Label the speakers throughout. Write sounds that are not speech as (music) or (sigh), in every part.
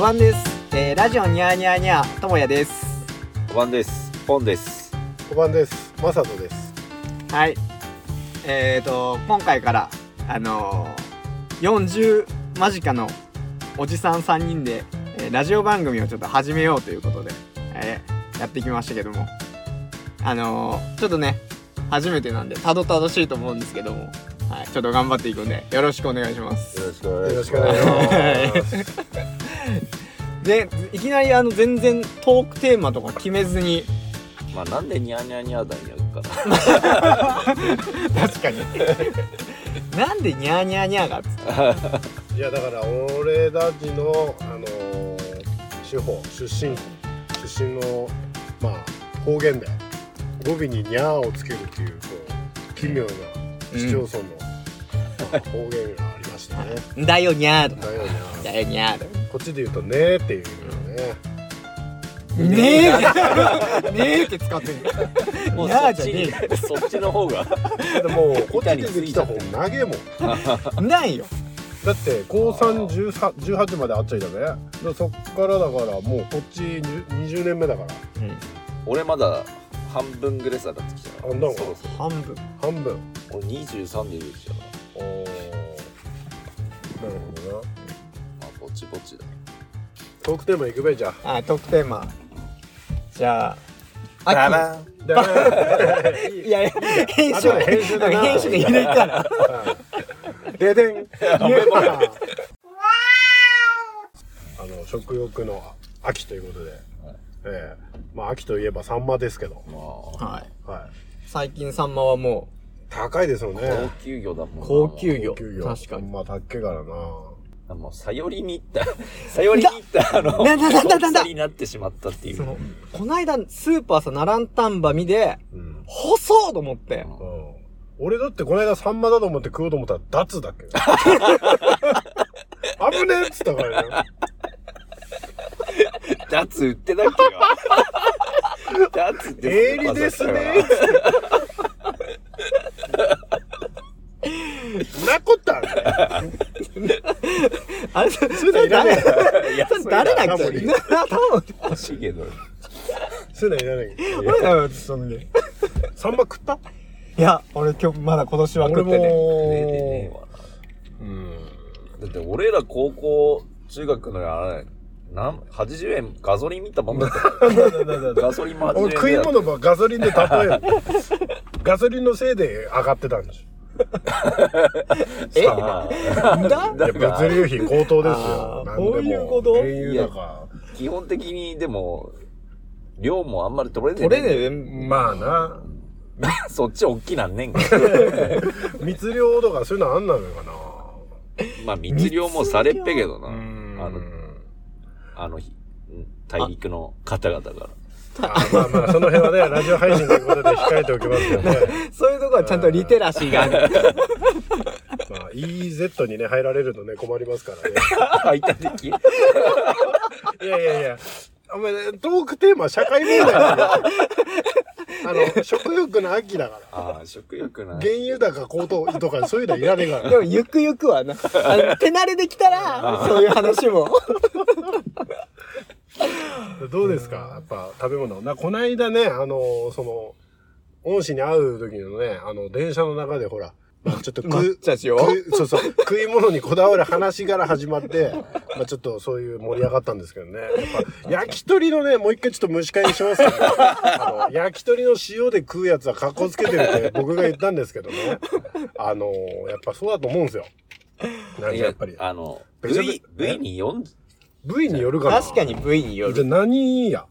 Speaker 1: 番です、えー、ラジオニャーニャーニャーともやです
Speaker 2: 5番ですポンです
Speaker 3: 5番です。マサトです。
Speaker 1: はいえーと今回からあのー、40間近のおじさん3人で、えーラジオ番組をちょっと始めようということで、えーやってきましたけどもあのー、ちょっとね初めてなんでたどたどしいと思うんですけどもはいちょっと頑張っていくんでよろしくお願いします
Speaker 2: よろしくお
Speaker 3: よ
Speaker 2: 願
Speaker 3: ろ
Speaker 2: い
Speaker 3: し
Speaker 2: し
Speaker 3: くお願
Speaker 2: ま
Speaker 3: い
Speaker 2: す
Speaker 3: します。
Speaker 1: でいきなりあの全然トークテーマとか決めずに
Speaker 2: まあなんでニャーニャーニャーだんやるか
Speaker 3: 確かに。
Speaker 1: なんでニャーニャーニャーがっつって
Speaker 3: いやだから俺たちのあのー地方出身出身のまあ方言で語尾にニャーをつけるというこう奇妙な市町村の、まあ方言がありましたね。
Speaker 1: んだよニャーとか
Speaker 3: だよね。
Speaker 1: だよニャーと
Speaker 3: こっちで言うとねーっていうね。
Speaker 1: かねえって (laughs) ねえって使ってる (laughs)
Speaker 2: らもう
Speaker 1: ニャ
Speaker 2: そ
Speaker 1: ー
Speaker 2: っ
Speaker 1: じ
Speaker 2: ち
Speaker 1: ゃね
Speaker 2: にそっちの方が
Speaker 3: でもこっちで来た方投げもん。
Speaker 1: ないよ
Speaker 3: だって高三十八十八まであっちゃいだね。でそっからだからもうこっち二十年目だから
Speaker 2: 俺まだ半分ぐらいさだってきた
Speaker 3: あなんか
Speaker 2: そうそ
Speaker 1: 半分
Speaker 3: 半分。
Speaker 2: う俺23でいるじゃん
Speaker 3: おーなるほどな。
Speaker 2: まあぼちぼちだ
Speaker 3: トークテーマ行くべじゃあ。
Speaker 1: はいトークテーマじゃあ
Speaker 2: バ
Speaker 1: あ
Speaker 2: バン
Speaker 3: だから
Speaker 1: いやいや編集
Speaker 3: 後で編集でな
Speaker 1: 編集で入れたら
Speaker 3: で (laughs) でん。あの食欲の秋ということで、ええまあ秋といえばサンマですけど、
Speaker 2: まあ
Speaker 1: (laughs) はい
Speaker 3: は
Speaker 1: 最近サンマはも
Speaker 3: い、高いですよ
Speaker 2: 高
Speaker 3: ね。
Speaker 2: 級魚だもんな
Speaker 1: 高級魚
Speaker 3: 給料
Speaker 1: 確かに
Speaker 3: まあ高っけからな。
Speaker 2: もうさよりに行ったさよりに行ったあの
Speaker 1: なななななな
Speaker 2: 大きさになってしまったっていう
Speaker 1: うそのこないだスーパーさ並んたんば見で
Speaker 3: うん。
Speaker 1: 細っと思って
Speaker 3: うん俺だってこの間サンマだと思って食おうと思ったらダツだっけ危ねえっつったからね。
Speaker 2: ダツ売ってたっけかダツって
Speaker 3: 営利ですね。 (laughs) なこったね。
Speaker 1: あれそ
Speaker 3: それ
Speaker 1: れ
Speaker 3: いらね
Speaker 1: 誰
Speaker 3: え。
Speaker 1: (laughs) それ誰だっ
Speaker 3: そ
Speaker 1: け
Speaker 3: れ
Speaker 1: (laughs)
Speaker 3: い
Speaker 1: な多分
Speaker 2: 欲しいけど
Speaker 3: それいらねえ。
Speaker 1: 俺だよそのね
Speaker 3: サンマ食った
Speaker 1: (laughs) いや、俺今日、まだ今年は食
Speaker 3: 俺
Speaker 1: ってね。
Speaker 2: ねえでねえ
Speaker 3: も。
Speaker 2: わな
Speaker 3: うん。
Speaker 2: だって俺ら高校、中学のあれ、なん、80円ガソリン見たまんまだった
Speaker 3: (laughs)
Speaker 2: ガソリンも80円
Speaker 3: 俺食い物ばガソリンで
Speaker 1: (laughs)
Speaker 3: 例える。ガソリンのせいで上がってたんでし
Speaker 1: え
Speaker 2: さ
Speaker 1: なんだ
Speaker 3: ょ。やっぱ物流費高騰です
Speaker 1: あー
Speaker 3: よ。
Speaker 1: こういうこと
Speaker 3: 何でも原油だか
Speaker 2: あ基本的にでも、量もあんまり取れねえ。
Speaker 1: 俺ね、
Speaker 3: ら。まあな。
Speaker 2: (laughs) そっち大きなんねんから。
Speaker 3: (laughs) 密漁とかそういうのあんなのかな。
Speaker 2: まあ密漁もされっぺけどな。あ
Speaker 3: あ
Speaker 2: の
Speaker 3: の、
Speaker 2: あの日、大陸の方々から。
Speaker 3: あまあまあ、その辺はね、ラジオ配信ということで控えておきますけどね。
Speaker 1: そういうとこはちゃんとリテラシーがある。
Speaker 3: まあ、EZ にね、入られるとね、困りますからね。
Speaker 2: 排他的
Speaker 3: いやいやいや。お前、トークテーマは社会問題だから。あの、食欲の秋だから。
Speaker 2: ああ、食欲ない。
Speaker 3: 原油高高騰とかそういうのいらねえから
Speaker 1: で。も、ゆくゆくはな、あの手慣れてきたら、そういう話も。
Speaker 3: どうですかやっぱ食べ物。な、こないだね、あの、その、恩師に会う時のね、あの、電車の中でほら、まあ、ちょっと
Speaker 1: 抹
Speaker 3: 食
Speaker 1: 茶しよう。
Speaker 3: 食いそうそう食い物にこだわる話から始まって、まあ、ちょっとそういう盛り上がったんですけどねやっぱ焼き鳥のねもう一回ちょっと蒸し返りしますけど、あの焼き鳥の塩で食うやつは格好つけてるって僕が言ったんですけどねあのやっぱそうだと思うんですよ。なんか
Speaker 2: い
Speaker 3: や
Speaker 2: や
Speaker 3: っぱり
Speaker 2: あの、
Speaker 3: ベジタブ
Speaker 2: V、V に4、
Speaker 3: 部位によるかな
Speaker 1: 確かに部位によ
Speaker 3: じゃ
Speaker 1: る。
Speaker 3: あ何や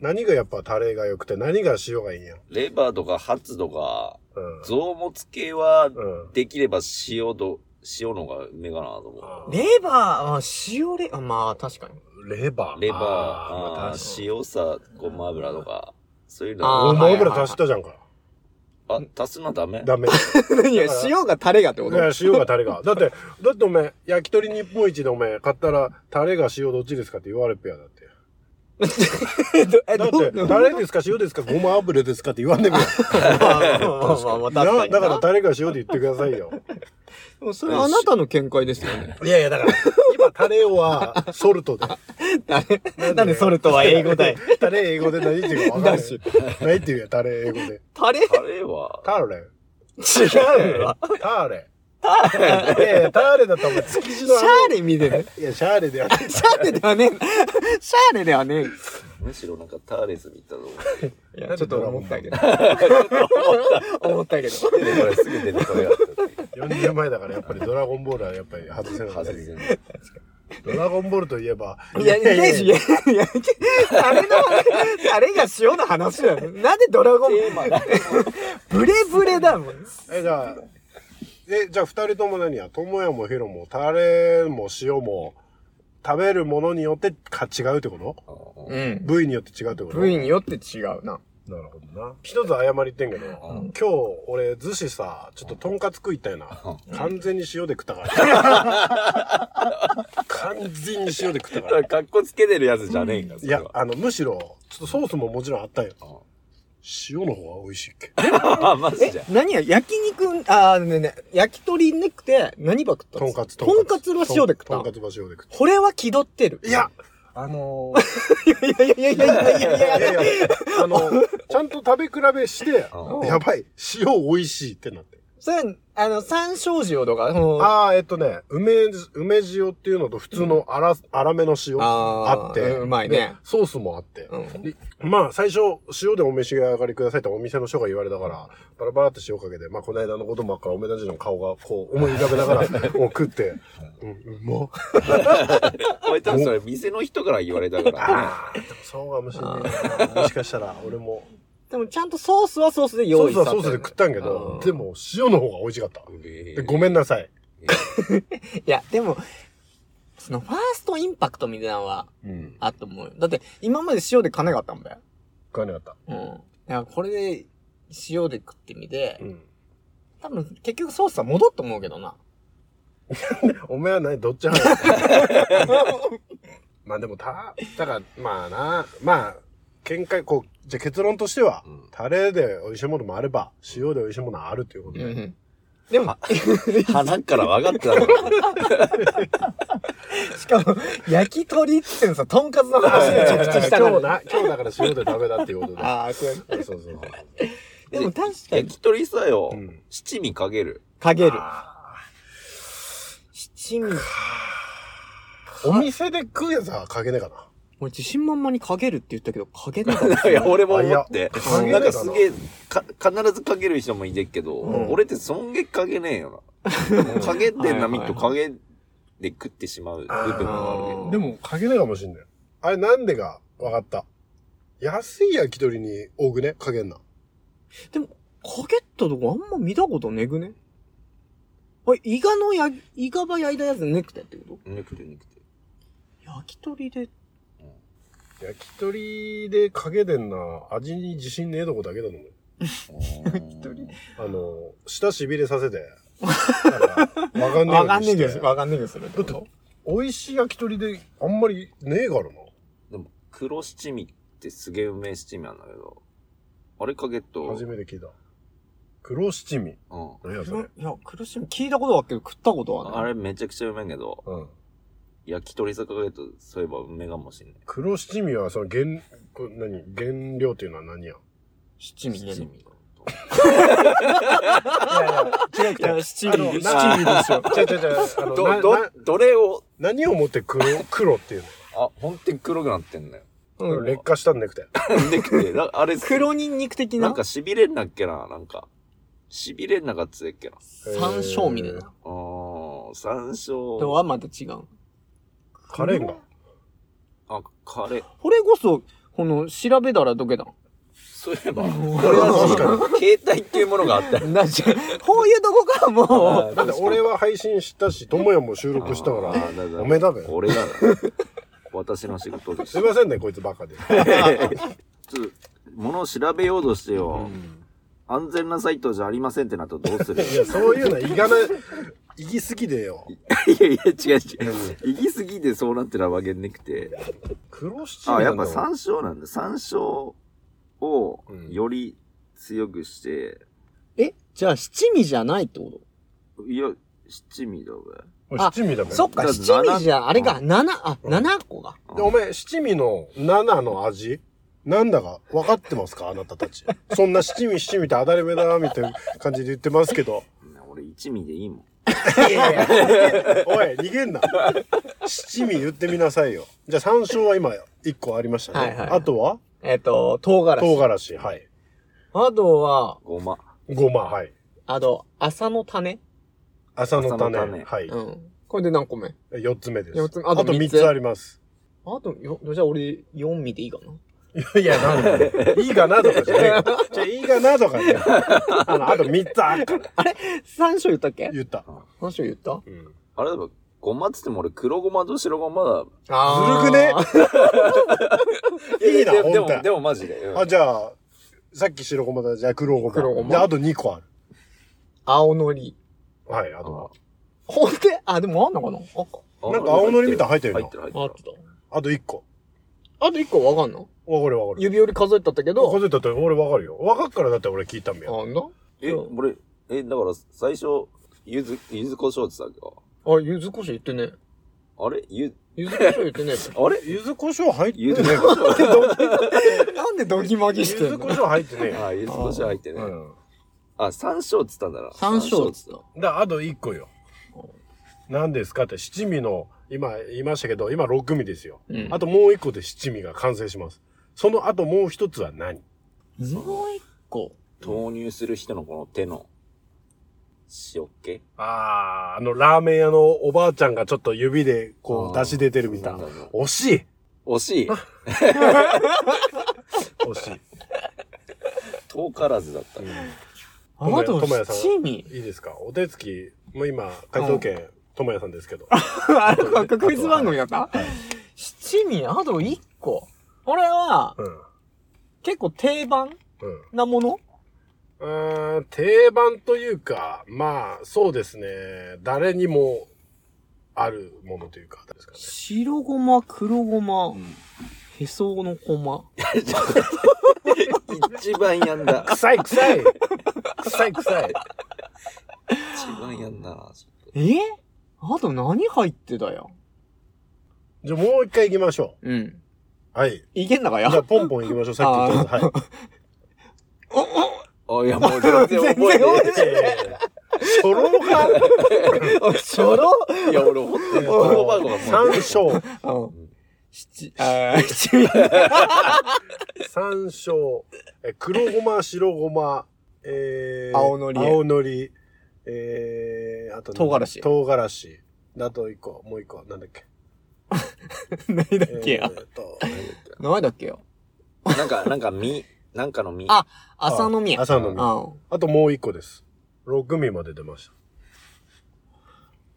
Speaker 3: 何がやっぱタレが良くて何が塩がいいんや
Speaker 2: レバーとかハツとか、
Speaker 3: うん
Speaker 2: 臓物系は
Speaker 3: うん
Speaker 2: できれば塩と、塩のが目かなと思
Speaker 1: レバー、あ塩レ、あまあ、確かに。
Speaker 3: レバー
Speaker 2: う。レバー、
Speaker 3: あーま
Speaker 2: あ
Speaker 3: あ
Speaker 2: ー塩さ、ごま油とか、そういう
Speaker 1: あー
Speaker 2: の。
Speaker 3: ごま油足したじゃんか
Speaker 2: あ、足すのダメ
Speaker 3: ダメ
Speaker 1: いや、塩がタレがってこ
Speaker 3: い
Speaker 1: と
Speaker 3: や、塩がタレが。だって、だっておめえ焼き鳥日本一でおめえ買ったら、タレが塩どっちですかって言われっぺや、だって。
Speaker 1: えどえ
Speaker 3: だ
Speaker 1: ど
Speaker 3: って、タレですか塩ですかごま油ですかって言わんでみよ。
Speaker 1: まあまあまあまあ、
Speaker 3: な
Speaker 1: 確かに
Speaker 3: だから
Speaker 1: な。
Speaker 3: タレが塩で言ってくださいよ。
Speaker 1: でもそれあなたの見解ですよね。
Speaker 3: いやいや、だから、今タレはソルトで。
Speaker 1: 誰、なんでソルトは英語だい。
Speaker 3: タレ英語で何っていうか分かん
Speaker 1: だ
Speaker 3: ない
Speaker 1: し。
Speaker 3: 何っていうや、タレ英語で。
Speaker 1: タレ
Speaker 2: タレは、
Speaker 3: タレ。
Speaker 1: 違うわ。
Speaker 3: タレ。タレ。いやいや、タレだったらお前築地
Speaker 1: シ
Speaker 3: のあ
Speaker 1: ャーレ見てる。
Speaker 3: の。いや、シャーレでやって。
Speaker 1: シャーレではねえ。シャーレではね
Speaker 2: むしろなんかターレスみたいなの。
Speaker 1: え。いや、ちょっと思ったけど。思ったけど。
Speaker 2: でこれすぐ出てこれが
Speaker 3: 40年前だからやっぱりドラゴンボールはやっぱり外せなか
Speaker 2: 外
Speaker 3: った。
Speaker 2: せない。
Speaker 1: (laughs)
Speaker 3: ドラゴンボールといえば。
Speaker 1: いや、イメージ、いや、いや、タレの話、タレが塩の話だよ。なんでドラゴン、ブレブレだもん。
Speaker 3: え、じゃあ、え、じゃあ二人とも何やともやもひろも、タレも塩も、食べるものによってか違うってこと
Speaker 1: うん。
Speaker 3: 部位によって違うってこと
Speaker 1: 部位によって違うな。
Speaker 3: なるほどな。一つ謝りってんけど、
Speaker 2: う
Speaker 3: 今日俺寿司さ、ちょっととんかつ食いたいな。完全に塩で食ったから。
Speaker 1: (laughs)
Speaker 3: 完全に塩で食ったから。
Speaker 2: かっこつけてるやつじゃねえんだ、そ
Speaker 3: い
Speaker 2: れ
Speaker 3: や、
Speaker 2: は。
Speaker 3: あの、むしろ、ちょっとソースももちろんあったんよ。塩の方が美味しいっけ。
Speaker 2: あ、マジじゃん。
Speaker 1: 何や、焼肉、あーねえねえ、焼き鳥なくて、何ば食った
Speaker 3: とんかつ、
Speaker 1: とんかつは塩で食っ
Speaker 3: とんか
Speaker 1: た。
Speaker 3: つは塩で食っ
Speaker 1: これは気取ってる
Speaker 3: た。。いや、あの
Speaker 1: いやいやいやいやいやいやい
Speaker 3: ー、い
Speaker 1: や。
Speaker 3: やいや、あのちゃんと食べ比べして、
Speaker 2: うん
Speaker 3: やばい、塩美味しいってなって。
Speaker 1: それ、あの、山椒塩とか、その
Speaker 3: ああ、えっとね、梅、梅塩っていうのと普通の粗、粗めの塩
Speaker 1: あー
Speaker 3: あって、
Speaker 1: うんうまいね
Speaker 3: でソースもあって、
Speaker 1: うん
Speaker 3: でまあ最初、塩でお召し上がりくださいってお店の人が言われたから、バラバラって塩かけて、まあこの間のこともあっから、おめだじの顔がこう思い浮かべながら、もう食って、うん、うまっ。
Speaker 2: これ多分それ店の人から言われたからね。
Speaker 3: あーでもそうかもしれない。もしかしたら、俺も。
Speaker 1: でもちゃんとソースはソースで
Speaker 3: ソ
Speaker 1: 用
Speaker 3: ー
Speaker 1: 意
Speaker 3: ス
Speaker 1: さ
Speaker 3: は
Speaker 1: れ
Speaker 3: ソースで食ったんけ
Speaker 1: う
Speaker 3: ど
Speaker 1: ん、
Speaker 3: でも塩の方が美味しかった。でごめんなさい。
Speaker 1: いや、でも、その、ファーストインパクトみたいなのは、
Speaker 2: うん。
Speaker 1: あったと思うよ。だって、今まで塩で金があったもんだよ。
Speaker 3: 食わなかった。
Speaker 1: うん。だから、これで、塩で食ってみて
Speaker 3: う、ん。
Speaker 1: 多分、結局ソースは戻っと思うけどな。
Speaker 3: お前は何どっち派 (laughs) なのまあでもた、だから、まあな、まあ、見解、こう、じゃあ結論としては、
Speaker 2: うん
Speaker 3: タレで美味しいものもあれば、塩で美味しいものもあるっていうことで。
Speaker 1: ん。でも、
Speaker 2: 鼻から分かってたの。
Speaker 1: し (laughs) かも、焼き鳥って言うのさ、とんかつの話めちゃくちゃしたか
Speaker 3: 今日
Speaker 1: ら。
Speaker 3: な、今日だから塩でダメだっていうことで。
Speaker 1: ああ、そうや
Speaker 3: そうそうそう。
Speaker 1: でも確か
Speaker 2: 焼
Speaker 1: に、
Speaker 2: き鳥さよ
Speaker 3: うん、
Speaker 2: 七味かける。
Speaker 1: かける。七味。
Speaker 3: お店で食うやつはかけねえかな。
Speaker 1: 俺自信満々にかけるって言ったけど、かけな (laughs) かっ
Speaker 2: (laughs) いや、俺も思って
Speaker 3: あい。
Speaker 2: な
Speaker 3: や
Speaker 2: んかすげえ、か必ずかける人もいてっけど、
Speaker 1: うん
Speaker 2: 俺ってそんげかけねえよな。かけてんなみっとかけで食ってしまう部分もあるけど。
Speaker 3: でも、かけねえかもしんない。あれなんでか、わかった。安い焼き鳥に多くね、かけんな。
Speaker 1: でも、かけったとこあんま見たことねぐねあれ、イガのや、イガば焼いたやつねくてってこと
Speaker 2: ねくてねくて。
Speaker 1: 焼き鳥で。
Speaker 3: 焼き鳥でかけてんな、味に自信ねえとこだけだと思う。
Speaker 2: 一
Speaker 1: 鳥
Speaker 3: あの、舌しびれさせて、なんかわかんねえようにして。
Speaker 1: わかんねえです。わかんねえです。だって
Speaker 3: と美味しい焼き鳥であんまりねえからな。
Speaker 2: でも、黒七味ってすげえうめえ七味なんだけど、あれかけっと、
Speaker 3: 初めて聞いた。黒七味。
Speaker 2: うん。
Speaker 3: 何や
Speaker 1: い
Speaker 3: それ。
Speaker 1: や、苦しみ、聞いたことはあるけど食ったことは
Speaker 2: あ
Speaker 1: ない。
Speaker 2: れめちゃくちゃうめえけど、
Speaker 3: うん。
Speaker 2: 焼き鳥さかけっと、そういえばうめえかもしんない。
Speaker 3: 黒七味はその原、これ何原料っていうのは何や
Speaker 1: 七味ね。
Speaker 2: 七
Speaker 1: い
Speaker 2: 味。
Speaker 1: や、七味七味でしょ。
Speaker 3: 違うあの、な違う違う違う。あの
Speaker 2: ど、
Speaker 3: な
Speaker 2: ど
Speaker 3: な、
Speaker 2: どれを、
Speaker 3: 何をもって黒、黒っていう
Speaker 2: あ、ほんとに黒くなってんだよ。
Speaker 3: の
Speaker 1: うん
Speaker 3: 劣化したんねくて。
Speaker 2: でくて、なあれ、
Speaker 1: 黒ニンニク的な
Speaker 2: な
Speaker 1: ん
Speaker 2: か痺れんなっけな、なんか。痺れんなかったっけな。
Speaker 1: 山椒みたい
Speaker 3: へー
Speaker 1: な。
Speaker 2: うーん、山
Speaker 1: と
Speaker 2: 椒。
Speaker 1: はまた違う。
Speaker 3: カレンが。
Speaker 2: あ、カレー。
Speaker 1: これこそ、この、調べたらどけだ。
Speaker 2: そういえば、これは、携帯っていうものがあった
Speaker 1: (laughs)
Speaker 2: よ。
Speaker 1: なじゃ、こういうとこからもう、
Speaker 3: だって俺は配信したし、ともやも収録したか
Speaker 2: あー
Speaker 3: ら、
Speaker 2: だから
Speaker 3: おめだべ。
Speaker 2: 俺だな。私の仕事
Speaker 3: (laughs)
Speaker 2: です。
Speaker 3: すいませんね、こいつばっかで。
Speaker 2: ちょっと物を調べようとしてよ、安全なサイトじゃありませんってなったらどうする
Speaker 3: いや、そういうのはいがな、いきすぎでよ。
Speaker 2: (laughs) いやいや、違う違う。行き過ぎてそうなってるわけねくて。
Speaker 3: 黒七
Speaker 2: あ、
Speaker 3: 味
Speaker 2: や
Speaker 3: な
Speaker 2: っ
Speaker 3: んだ
Speaker 2: ぱ
Speaker 3: もん
Speaker 2: 山椒なんだ。山椒を
Speaker 3: うん
Speaker 2: より強くして、
Speaker 1: え、じゃあ七味じゃないってこと
Speaker 2: いや、七味だべ。
Speaker 1: あ
Speaker 3: 七味だもん。
Speaker 1: そっか、
Speaker 2: だ
Speaker 1: 七味じゃ、あれか、
Speaker 2: う
Speaker 1: 七、あ、七個が。
Speaker 3: で、お前、七味の7の味なんだか分かってますかあなたたち。そんな七味七味って当たり前だな、みたいな感じで言ってますけど。
Speaker 2: 俺一味でいいもん。
Speaker 3: いやいやおい、逃げんな。七味言ってみなさいよ。じゃあ、山椒は今、1個ありましたね。
Speaker 1: はいはい
Speaker 3: あとは
Speaker 1: (laughs) えっ、と、唐辛
Speaker 3: 唐
Speaker 1: 子。
Speaker 3: 辛子、はい。
Speaker 1: あとは、
Speaker 2: ごま。
Speaker 3: ごま、はい。
Speaker 1: あと、朝の種
Speaker 3: 朝の種、
Speaker 2: 麻の種
Speaker 3: はい。
Speaker 1: うん。これで何個目あ
Speaker 3: 4つ目です。
Speaker 1: 四つ目
Speaker 3: あ
Speaker 1: あと
Speaker 3: と3
Speaker 1: 三つ
Speaker 3: つあります。
Speaker 1: と、よ、じゃあ俺、4味でいいかない
Speaker 3: や、なんだいいかなとかじゃねえか。じゃあいいかなとかね。あの、あと3つあるから。
Speaker 1: 三章言ったっけ
Speaker 3: 言った。
Speaker 1: 三章言った
Speaker 3: うん。
Speaker 2: あれだべ、ごまっつっても俺黒ごまと白ごまだ。
Speaker 1: あ
Speaker 3: ずる
Speaker 1: くね
Speaker 3: いいな、
Speaker 2: で
Speaker 3: 本
Speaker 2: でも、
Speaker 3: 当
Speaker 2: でもマジで。うん
Speaker 3: あ、じゃあ、さっき白ごまだ、じゃあ黒ごま。
Speaker 1: 黒ごま
Speaker 3: で、あと2個ある。
Speaker 1: 青のり。
Speaker 3: はい、あとは。
Speaker 1: ほんで、あ、でもあんのかなあか。
Speaker 2: あ
Speaker 3: なんか青のりみたいなの入ってるの
Speaker 2: 入ってる入
Speaker 1: あ
Speaker 2: っ
Speaker 1: って
Speaker 2: る。
Speaker 1: た。
Speaker 3: あと1個。
Speaker 1: あと1個わかんの
Speaker 3: わかるわかる。
Speaker 1: 指折り数えたったけ
Speaker 3: こ
Speaker 1: ど、
Speaker 3: れだって俺わかるよ。わかっからだって俺聞いたんだよ。
Speaker 1: あんだ
Speaker 2: え、
Speaker 1: うん
Speaker 2: 俺、え、だから最初、ゆず、ゆずこしょうって言ってたけ
Speaker 1: あ、柚子胡椒言ってね。
Speaker 2: ど、あれゆ、
Speaker 1: 柚子胡椒言って
Speaker 3: (laughs)
Speaker 1: ね。
Speaker 2: あれ
Speaker 3: 柚子胡椒入ってね
Speaker 2: ゆず
Speaker 3: え
Speaker 2: こしょう。
Speaker 1: なんでドギマギ
Speaker 3: 柚
Speaker 1: してん
Speaker 3: 子胡
Speaker 1: の
Speaker 3: 椒入ってねえ
Speaker 2: (laughs)
Speaker 3: よ。
Speaker 2: あ、ゆずこしょう入ってね
Speaker 3: う。ん。
Speaker 2: あ、山椒って言ったんだな。
Speaker 1: 三章っ
Speaker 2: 山椒
Speaker 1: つった。
Speaker 3: だあと1個よ。何ですかって七味の、今言いましたけど、今6味ですよ。
Speaker 1: うん
Speaker 3: あともう1個で七味が完成します。その後もう一つは何
Speaker 1: もう一個。
Speaker 2: 投入する人のこの手の塩っ気
Speaker 3: あー、あの、ラーメン屋のおばあちゃんがちょっと指で、こう、
Speaker 2: あー
Speaker 3: 出し出てるみたいな
Speaker 2: そうなんだ。
Speaker 3: 惜しい
Speaker 2: 惜しい
Speaker 3: 惜しい。
Speaker 2: 遠からずだった、
Speaker 1: あな
Speaker 3: ともやさん
Speaker 1: 七味。
Speaker 3: (laughs) いいですかお手つき、もう今、回答権、ともやさんですけど。
Speaker 1: あれか、クイズ番組やった七味、あと一個。これは、
Speaker 3: うん。
Speaker 1: 結構定番
Speaker 3: うん。
Speaker 1: なもの
Speaker 3: うーん、定番というか、まあ、そうですね。誰にも、あるものというか、ですかね。
Speaker 1: 白ごま、黒ごま
Speaker 2: う、ん
Speaker 1: へそのごま。
Speaker 2: 一番やんだ
Speaker 3: 臭い臭い臭い臭い。
Speaker 2: 一番やんだなちょっ
Speaker 1: えあと何入ってたよ
Speaker 3: じゃあもう一回行きましょ
Speaker 1: うん。
Speaker 3: う。はい。
Speaker 1: いけんのか
Speaker 3: じゃあ
Speaker 1: よ
Speaker 3: ポンポン行きましょう、さっき言ったやつ。はい。
Speaker 2: とあいやもう全然覚え
Speaker 1: 全
Speaker 2: て
Speaker 1: 然
Speaker 2: ない
Speaker 3: 初老が
Speaker 1: おい、ちょろ
Speaker 2: いや俺ほんとに言葉が
Speaker 3: 山椒、
Speaker 1: うん。七、あー七味。
Speaker 3: 山椒、え黒ごま、白ごま、えー、
Speaker 1: 青のり
Speaker 3: 青のり、えー、あとなん
Speaker 1: 唐辛
Speaker 3: だ
Speaker 1: 子
Speaker 3: 唐辛子。であと一個、もう一個、なんだっけ。
Speaker 1: 何だ
Speaker 3: え
Speaker 1: っけよ。
Speaker 3: ーっと、
Speaker 1: 何だっけよ。
Speaker 2: なんかなんか実なんかの実
Speaker 1: あ、朝のみや。
Speaker 3: 朝のみ。あ
Speaker 1: うん。
Speaker 3: ともう一個です。6味まで出まし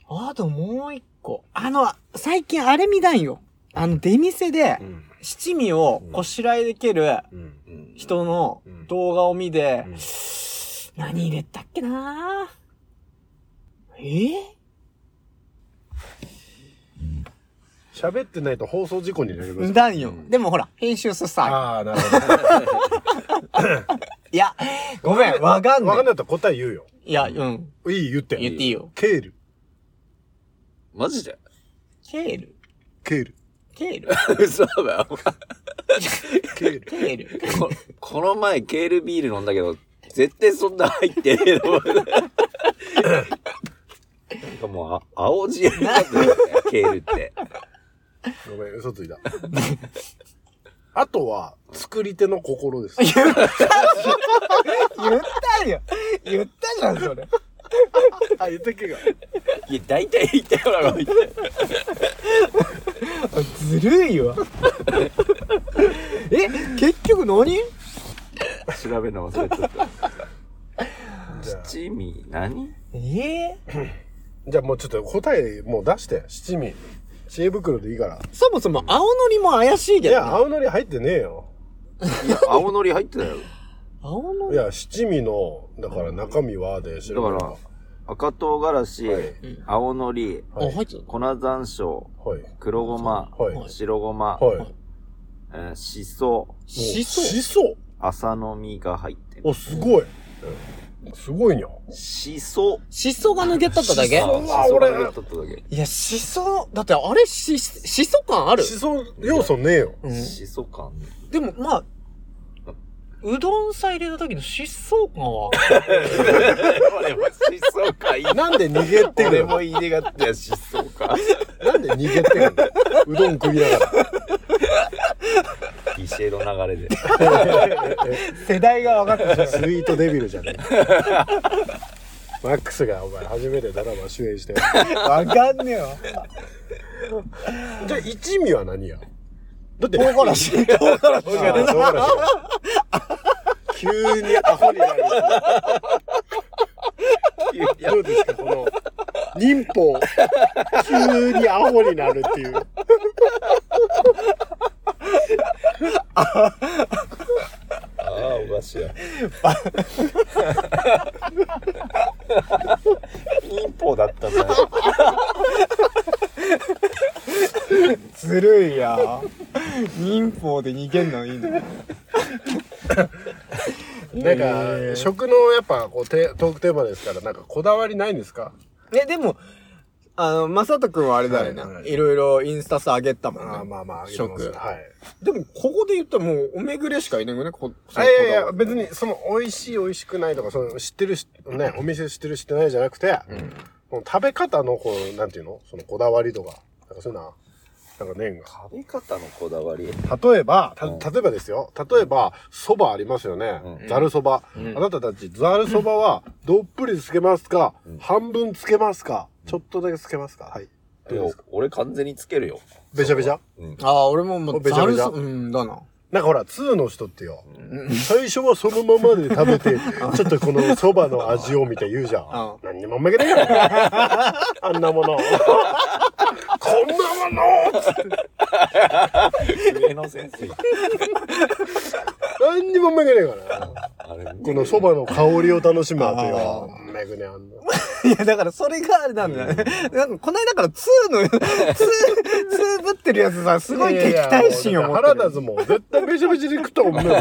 Speaker 3: た。
Speaker 1: あともう一個。あの、最近あれ見たんよ。あの、出店で
Speaker 3: う、ん。
Speaker 1: 七味をこしらえできる
Speaker 3: うん。
Speaker 2: うん
Speaker 1: 人の
Speaker 3: うん
Speaker 1: 動画を見て、
Speaker 3: うん
Speaker 1: 何入れたっけなぁ。えー、
Speaker 3: 喋ってないと放送事故になります
Speaker 1: 見
Speaker 3: から。
Speaker 1: たんよ。でもほら、編集するさ。
Speaker 3: ああ、なるほど。
Speaker 1: いや、ごめん、わかんな
Speaker 3: わか
Speaker 1: い
Speaker 3: ん。ないと答え言うよ。
Speaker 1: いや、うん。
Speaker 3: いい、言って。
Speaker 1: 言っていいよ。
Speaker 3: ケール。
Speaker 2: マジで
Speaker 1: ケール
Speaker 3: ケール。
Speaker 1: ケール
Speaker 2: 嘘だよ
Speaker 3: ケール。
Speaker 1: ケール
Speaker 2: ここの前ケールビール飲んだけど絶対そんな入ってねえのなんかもうあ青汁になってるよねケールって
Speaker 3: ごめん、嘘ついた。あとは、作り手の心です。
Speaker 1: 言ったよ言ったじゃん、それ。
Speaker 3: あ、言ってけが。
Speaker 2: いや、大体言ったよな、こいつ。
Speaker 1: ずるいわ。え、結局何
Speaker 2: 調べるの忘れ (laughs) ちゃった。
Speaker 3: じゃあ
Speaker 2: 七味、何
Speaker 1: えー、
Speaker 3: じゃあもうちょっと答えもう出して、七味。知恵袋でいいから。
Speaker 1: そもそも青のりも怪しい
Speaker 3: い
Speaker 1: けど
Speaker 3: や、
Speaker 1: な。
Speaker 3: 青のり入ってねえよ。
Speaker 2: いや、青のり入ってたよ。
Speaker 1: 青の
Speaker 3: い
Speaker 1: り
Speaker 3: や、七味の、だから中身はで、
Speaker 2: だから、赤唐辛子、
Speaker 3: はい
Speaker 2: 青のり、
Speaker 1: あ、入ってた
Speaker 2: 粉山椒、
Speaker 3: はい。
Speaker 2: 黒ごま、
Speaker 3: はい
Speaker 2: 白ごま、
Speaker 3: はい。
Speaker 2: えーしそ、
Speaker 1: しそ
Speaker 3: しそ
Speaker 2: 浅の実が入ってる。
Speaker 3: お、すごい。すごいにゃ。
Speaker 2: しそ。
Speaker 4: しそが抜けとっただけ
Speaker 2: あ
Speaker 3: うわ
Speaker 2: しそが
Speaker 3: 俺
Speaker 2: 抜けとっただけ
Speaker 4: いや、しそ、だってあれ、し、しそ感ある、
Speaker 3: しそ要素ねえよ。
Speaker 4: うん、
Speaker 2: しそ感。
Speaker 4: でも、まあ、うどんさ入れた時の疾走感は、
Speaker 2: (laughs) 俺もしそ感いい。
Speaker 3: なんで逃げて
Speaker 2: 俺
Speaker 3: る
Speaker 2: も
Speaker 3: の
Speaker 2: 入れがってしそ感。
Speaker 3: なんで逃げてるのうどん食いなが
Speaker 2: ビシェの流れで。
Speaker 4: 世代が分かって
Speaker 3: ら。スイートデビルじゃねえ。マックスがお前初めてドラマ主演して。
Speaker 4: る。分かんねえよ。
Speaker 3: じゃあ一味は何やだって、
Speaker 4: 唐辛子。唐辛子
Speaker 3: ああそうかもしれない急にアホになる。どうですか、この、忍法。急にアホになるっていう。
Speaker 2: ああ、おかしいや。インポだったんだよ。
Speaker 1: ずるいや忍法で逃げんのいいね
Speaker 3: なんか、食のやっぱこうテトークテーマですから、なんかこだわりないんですか
Speaker 1: えでもあのまさとくんはあれだよな、
Speaker 3: はい
Speaker 1: い
Speaker 3: はい
Speaker 1: ろいろインスタス上げたもんね
Speaker 3: ああまあまあ、あげてます
Speaker 1: 食
Speaker 3: はい。
Speaker 1: でもここで言ったらもうおめぐれしかいないよねこそ
Speaker 3: あ
Speaker 1: の
Speaker 3: いやい
Speaker 1: こ
Speaker 3: や
Speaker 1: だわり
Speaker 3: 別にその美味しい美味しくないとかその知ってるしねお店知ってる知ってないじゃなくて、この食べ方のこうなんていうのそのこだわりとかなんかそういうのはなんかねえんが
Speaker 2: 食べ方のこだわり。
Speaker 3: 例えば、た
Speaker 2: うん
Speaker 3: 例えばですよ。例えば、蕎麦ありますよね
Speaker 2: う。
Speaker 3: ざる蕎麦。あなたたち、ざる蕎麦は、どっぷりつけますか半分つけますかちょっとだけつけますかはい。どうですか
Speaker 2: 俺完全につけるよ。
Speaker 3: べちゃべちゃ
Speaker 1: ああ俺もも
Speaker 3: お
Speaker 1: う
Speaker 3: べちゃ
Speaker 1: ざ
Speaker 3: べ
Speaker 1: る
Speaker 3: ちゃ
Speaker 1: そうんだな
Speaker 3: なんかほら、通の人ってよ。最初はそのままで食べ
Speaker 1: (laughs)
Speaker 3: て、ちょっとこの蕎麦の味をみたい言うじゃん
Speaker 1: ん。
Speaker 3: 何にも負けね
Speaker 1: (laughs)
Speaker 3: えよ。あんなもの。こんなものつって
Speaker 2: 上野先生。
Speaker 3: 何にも負けねえからな。
Speaker 2: あれ、
Speaker 3: この蕎麦の香りを楽しむ後よ
Speaker 1: あ。
Speaker 3: めぐねあんの。
Speaker 1: いやだからそれがあれなんだよね、なんかこの間から2のツーツーぶってるやつさすごい敵対心を持ってる
Speaker 3: いやいや腹立つもん絶対めちゃめちゃに食った思うよ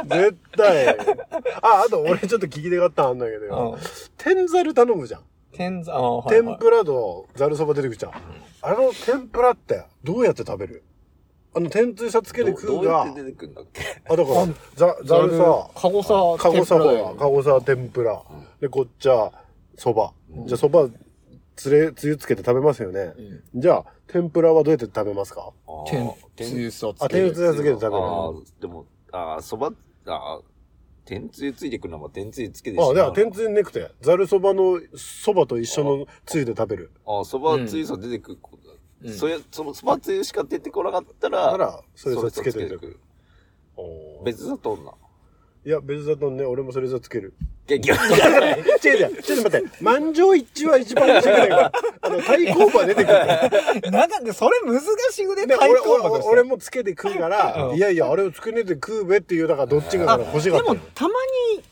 Speaker 1: (laughs)
Speaker 3: 絶対ああと俺ちょっと聞き手があったのあんだけどよ天ざる頼むじゃん
Speaker 1: 天ざああはいは
Speaker 3: 天
Speaker 1: い
Speaker 3: ぷらとざるそば出てくるじゃんあの天ぷらってどうやって食べるあの天つゆさつけて
Speaker 2: ど
Speaker 3: 食
Speaker 2: ど
Speaker 3: う
Speaker 2: うや
Speaker 3: が
Speaker 2: って出てくんだっけ
Speaker 3: あだからざざるさ
Speaker 4: カゴさ、
Speaker 3: かご
Speaker 4: 天
Speaker 3: さ
Speaker 4: ぷらだ
Speaker 3: ば
Speaker 4: よ
Speaker 3: かごさ天ぷらでこっちはそばじゃあそばつれつゆつけて食べますよねじゃあ天ぷらはどうやって食べますか
Speaker 4: 天つゆさつ
Speaker 3: あ
Speaker 4: け
Speaker 3: 天
Speaker 4: る。
Speaker 3: つゆさつけて食べる
Speaker 2: ああ、でも、ああ、そば、ああ、天つゆついてくるのは天つゆつけてしまう
Speaker 3: あ、だから天つゆなくて、ざるそばのそばと一緒のつゆで食べる。
Speaker 2: ああ、そばつゆさ出てくる。それ、そのそばつゆしか出てこなかったら、
Speaker 3: だから、それさつけて
Speaker 2: それ
Speaker 3: る。
Speaker 2: る。
Speaker 3: おー
Speaker 2: 別だとんな。
Speaker 3: いや、別だとね、俺もそれさつける。
Speaker 2: 激
Speaker 3: (laughs)
Speaker 2: 安
Speaker 3: 違う違う、ちょっと待って、満場一致は一番違うから、あの、対抗馬出てくる。
Speaker 1: なんかでそれ難しくね
Speaker 3: で、
Speaker 1: 対
Speaker 3: 俺、
Speaker 1: 抗馬と
Speaker 3: 俺
Speaker 1: して
Speaker 3: 俺もつけて食うから、いやいや、あれをつけねえで食うべっていう、だからどっちがだから欲し
Speaker 1: で
Speaker 3: かったの
Speaker 1: も
Speaker 3: よ。
Speaker 1: たまに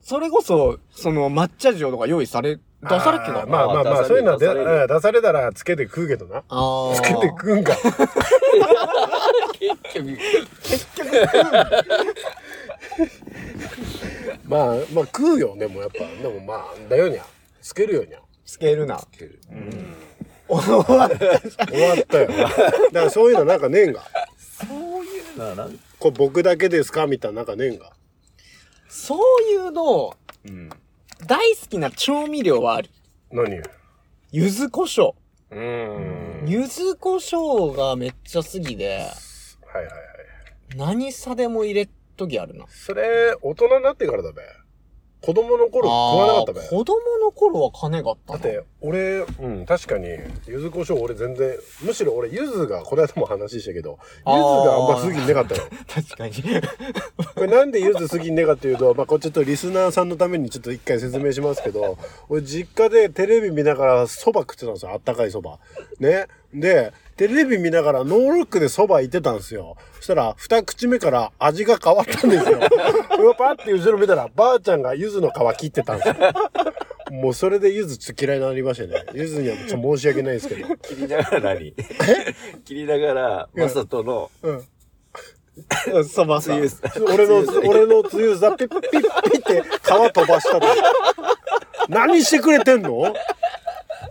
Speaker 1: それこそその抹茶塩とか用意され出されて
Speaker 3: あ
Speaker 1: た
Speaker 3: ーまあまあま
Speaker 2: 出
Speaker 3: あ、
Speaker 2: される
Speaker 3: そういうのは出
Speaker 2: 出される
Speaker 3: うん出されたらつけて食うけどな。
Speaker 1: あ
Speaker 3: つけて食うんか。 (laughs) まあ、まあ食うよ、でもやっぱ。でもまあ、だよにゃ。つけるよにゃ。
Speaker 1: つけるな
Speaker 3: 終わったよ。だからそういうのなんかねえんが。
Speaker 2: そういうのはなんか
Speaker 3: これ僕だけですかみたいななんかねえんが。
Speaker 1: そういうの大好きな調味料はある
Speaker 3: 何う
Speaker 1: 柚子胡椒
Speaker 3: ーん。
Speaker 4: 柚子胡椒がめっちゃ好きで、
Speaker 3: はいはいはい。
Speaker 4: 何さでも入れっときあるな。
Speaker 3: それ、大人になってからだべ。子供の頃食わなかったべ
Speaker 4: あー。子供の頃は金があったな。
Speaker 3: だって、俺、うん、確かに、柚子胡椒俺全然、むしろ俺、柚子が、これはでも話したけど、柚
Speaker 4: あー
Speaker 3: 子があんま好きになかったの。
Speaker 1: (laughs) 確かに
Speaker 3: これなんで柚子好きにねかっていうと、まあ、これちょっとリスナーさんのためにちょっと一回説明しますけど、俺実家でテレビ見ながら蕎麦食ってたんですよ。あったかい蕎麦。ね。で、テレビ見ながらノールックで蕎麦行ってたんですよ。そしたら、二口目から味が変わったんですよ。 (laughs) うわパーって後ろ見たら、ばあちゃんが柚子の皮切ってたんですよ。もうそれで柚子ちょっと嫌いになりましたね。柚子にはちょっと申し訳ないですけど。
Speaker 2: 切りながら何切りながら、マサトの、
Speaker 3: うん。
Speaker 1: そばさん。
Speaker 3: 俺の、俺のつゆざ、ピッピッピッって皮飛ばしたと。何してくれてんの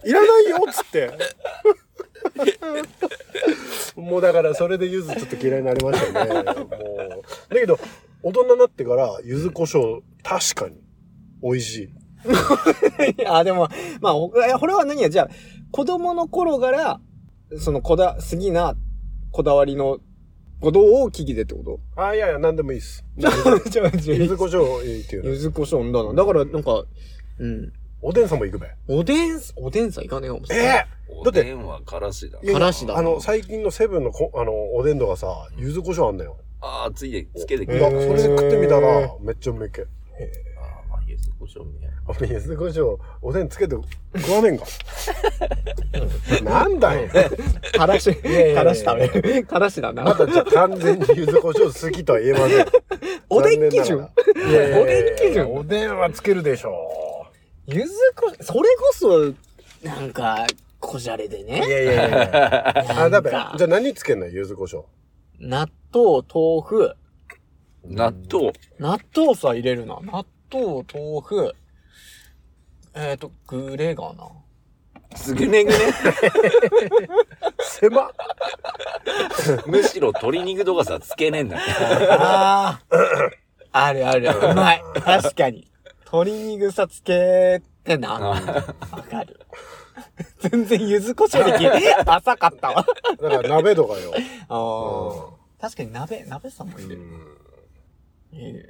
Speaker 3: いらないよっつって。 (laughs) もうだからそれで柚子ちょっと嫌いになりましたね。もう。だけど、大人になってから柚子胡椒、確かに美味しい。
Speaker 1: いや、でも、 (laughs) まあ、おいやこれは何や、じゃあ、子供の頃から、そのこだ、好きなこだわりのことを聞きでってこと
Speaker 3: あ、いやいや、何でもいいっす。
Speaker 1: (laughs) ちょ、ちょ、
Speaker 3: 柚
Speaker 1: ゆ
Speaker 3: 子胡椒いいっていうの。
Speaker 1: ずこしょんだな。だから、なんか、うん。
Speaker 3: おでんさんも行くべ。
Speaker 1: おでん、おでんさんいかねえかもし
Speaker 3: え
Speaker 1: れない。
Speaker 3: え
Speaker 2: おでんはからしだ
Speaker 3: いやいや
Speaker 1: からしだ
Speaker 3: あの、最近のセブンのこあの、おでんとかさ、柚子胡椒あんだよ。
Speaker 2: ああついでつけてくれ
Speaker 3: なん
Speaker 2: る
Speaker 3: か
Speaker 2: あ
Speaker 3: それで食ってみたら、めっちゃうめえけ。
Speaker 2: あまあゆず胡椒みたいな
Speaker 3: お前柚子胡椒、おでんつけて食わねえん
Speaker 1: (laughs)
Speaker 3: か。なんだよ。
Speaker 1: からし、
Speaker 3: やいやいや
Speaker 1: からし食べる。 (laughs) からしだ
Speaker 3: ま
Speaker 1: な。
Speaker 3: だじゃあ完全に柚子胡椒好きとは言えません。
Speaker 1: おでん基
Speaker 3: 残念
Speaker 1: 準
Speaker 3: ながらいやいやいや
Speaker 1: おでん基準
Speaker 3: おでんはつけるでしょ
Speaker 1: ゆずこ、それこそ、なんか、こじゃれで
Speaker 3: う。い
Speaker 1: ね。
Speaker 3: やいやいや。あ、だべ。じゃ
Speaker 1: な
Speaker 3: あ
Speaker 1: んか
Speaker 3: 何つけんの柚子胡椒。
Speaker 1: 納豆、豆腐。
Speaker 2: 納豆
Speaker 1: 納豆さ、入れるな。納豆、豆腐。えっ、ー、と、グレがな。
Speaker 2: すぐ
Speaker 3: (laughs)
Speaker 2: ねぐね
Speaker 3: 狭っ。
Speaker 2: むしろ鶏肉とかさつけねえんだ
Speaker 1: ああ。あるある。うまい。確かに。鶏肉さつけてな。わかる。全然柚子胡椒歴浅かったわ。
Speaker 3: だから鍋とかよ。
Speaker 1: ああ。確かに鍋、鍋さんもいる。え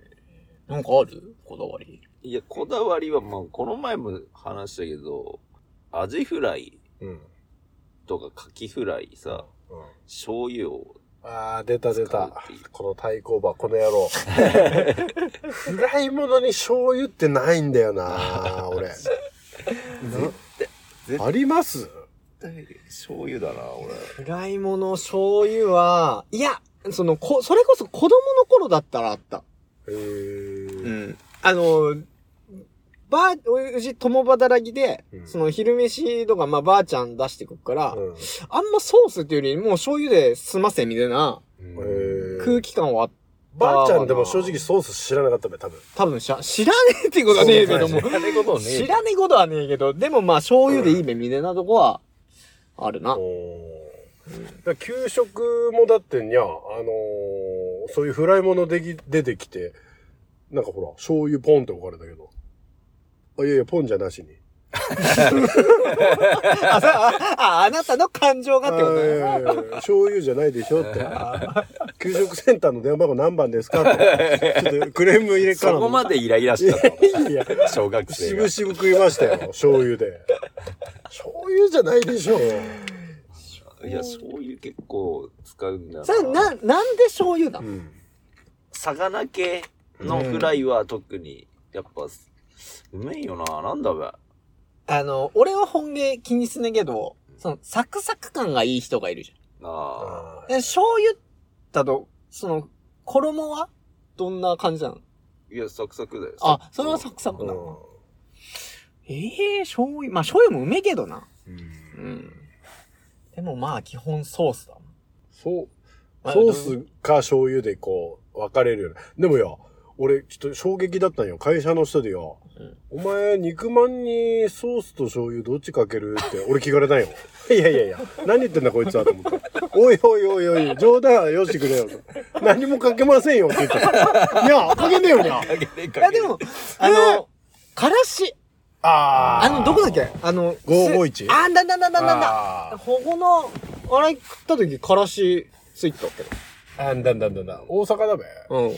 Speaker 1: えなんかあるこだわり。
Speaker 2: いやこだわりはまあこの前も話したけどアジフライ
Speaker 3: うん。うん。
Speaker 2: とかカキフライさ醤油を
Speaker 3: あー、出た出た
Speaker 2: 使うっていう。
Speaker 3: この対抗馬、この野郎。 (laughs) フライ物に醤油ってないんだよな俺。
Speaker 2: 絶
Speaker 3: あります
Speaker 2: 醤油だな俺
Speaker 1: フライもの、醤油は、いや、その、こ、それこそ子供の頃だったらあった。
Speaker 3: へー
Speaker 1: うん。あの、ばあ、うち共働きで、
Speaker 3: うん
Speaker 1: その昼飯とか、まあばあちゃん出してくっから、
Speaker 3: うん
Speaker 1: あんまソースっていうよりもう醤油で済ませみたいな
Speaker 3: へー
Speaker 1: 空気感はあっ
Speaker 3: ばあちゃんでも正直ソース知らなかったべ、多分。
Speaker 1: た。多分しゃ、知らねえっていうことはねえけども。
Speaker 2: 知らねえことね
Speaker 1: 知らねえことはねえけど、でもまあ醤油でいいべみたいなとこは、あるな。
Speaker 3: おーだから給食もだってにゃ、あのーそういうフライものでき出てきて、なんかほら、醤油ポンって置かれたけど。あ、いやいや、ポンじゃなしに。
Speaker 1: あ、そうあ、ああなたの感情がってこと
Speaker 3: あいやい
Speaker 1: ね。
Speaker 3: やいや醤油じゃないでし
Speaker 2: (laughs)
Speaker 3: ょって。給食センターの電話番号何番ですかって。ちょっとクレーム入れから
Speaker 2: そ
Speaker 3: の
Speaker 2: こまでイライラした
Speaker 3: いやいや、
Speaker 2: の小学
Speaker 3: し
Speaker 2: 生
Speaker 3: ぶ
Speaker 2: が
Speaker 3: しぶ食いましたよ、醤
Speaker 2: (laughs)
Speaker 3: 油で。醤油じゃないでしょ。
Speaker 2: いや醤油結構使うんだ
Speaker 1: それな、なんで醤油な
Speaker 3: う
Speaker 1: の
Speaker 3: ん。
Speaker 2: 魚系のフライは特にやっぱうめえよななんだべ
Speaker 1: あの、俺は本芸気にすねけど、その、サクサク感がいい人がいるじゃん。
Speaker 2: あ
Speaker 3: あ
Speaker 1: え、醤油だと、その、衣はどんな感じなの
Speaker 2: ーいやサクサクだよ
Speaker 1: あ、それはサクサ
Speaker 3: ー
Speaker 1: ク
Speaker 3: う
Speaker 1: なの。
Speaker 3: ん
Speaker 1: ええ醤油。まあ、醤油もうめえけどな。
Speaker 3: うん
Speaker 1: ん。でもまあ、基本ソースだもん。
Speaker 3: そう。
Speaker 1: あ
Speaker 3: ソースか醤油でこう、分かれるよね。でもよ、俺、ちょっと衝撃だったんよ。会社の人でよ。お前、肉まんにソースと醤油どっちかけるって、俺聞かれたんよ。いやいやいや、何言ってんだこいつはと思って。おいおいおいおい、冗談はよしてくれよ。何もかけませんよって言ったら。いや、かけねえよにゃ。
Speaker 1: いや、でも、あの、からし。
Speaker 3: あ
Speaker 1: あの、どこだっけあの、
Speaker 3: 551
Speaker 1: すあー、なんだなんだなんだなん
Speaker 3: あー
Speaker 1: だ。ここの、あれ食った時、からし、ついてたけ
Speaker 3: あんだんだんだんだん。大阪だべ。
Speaker 1: ど。うん。
Speaker 3: うん。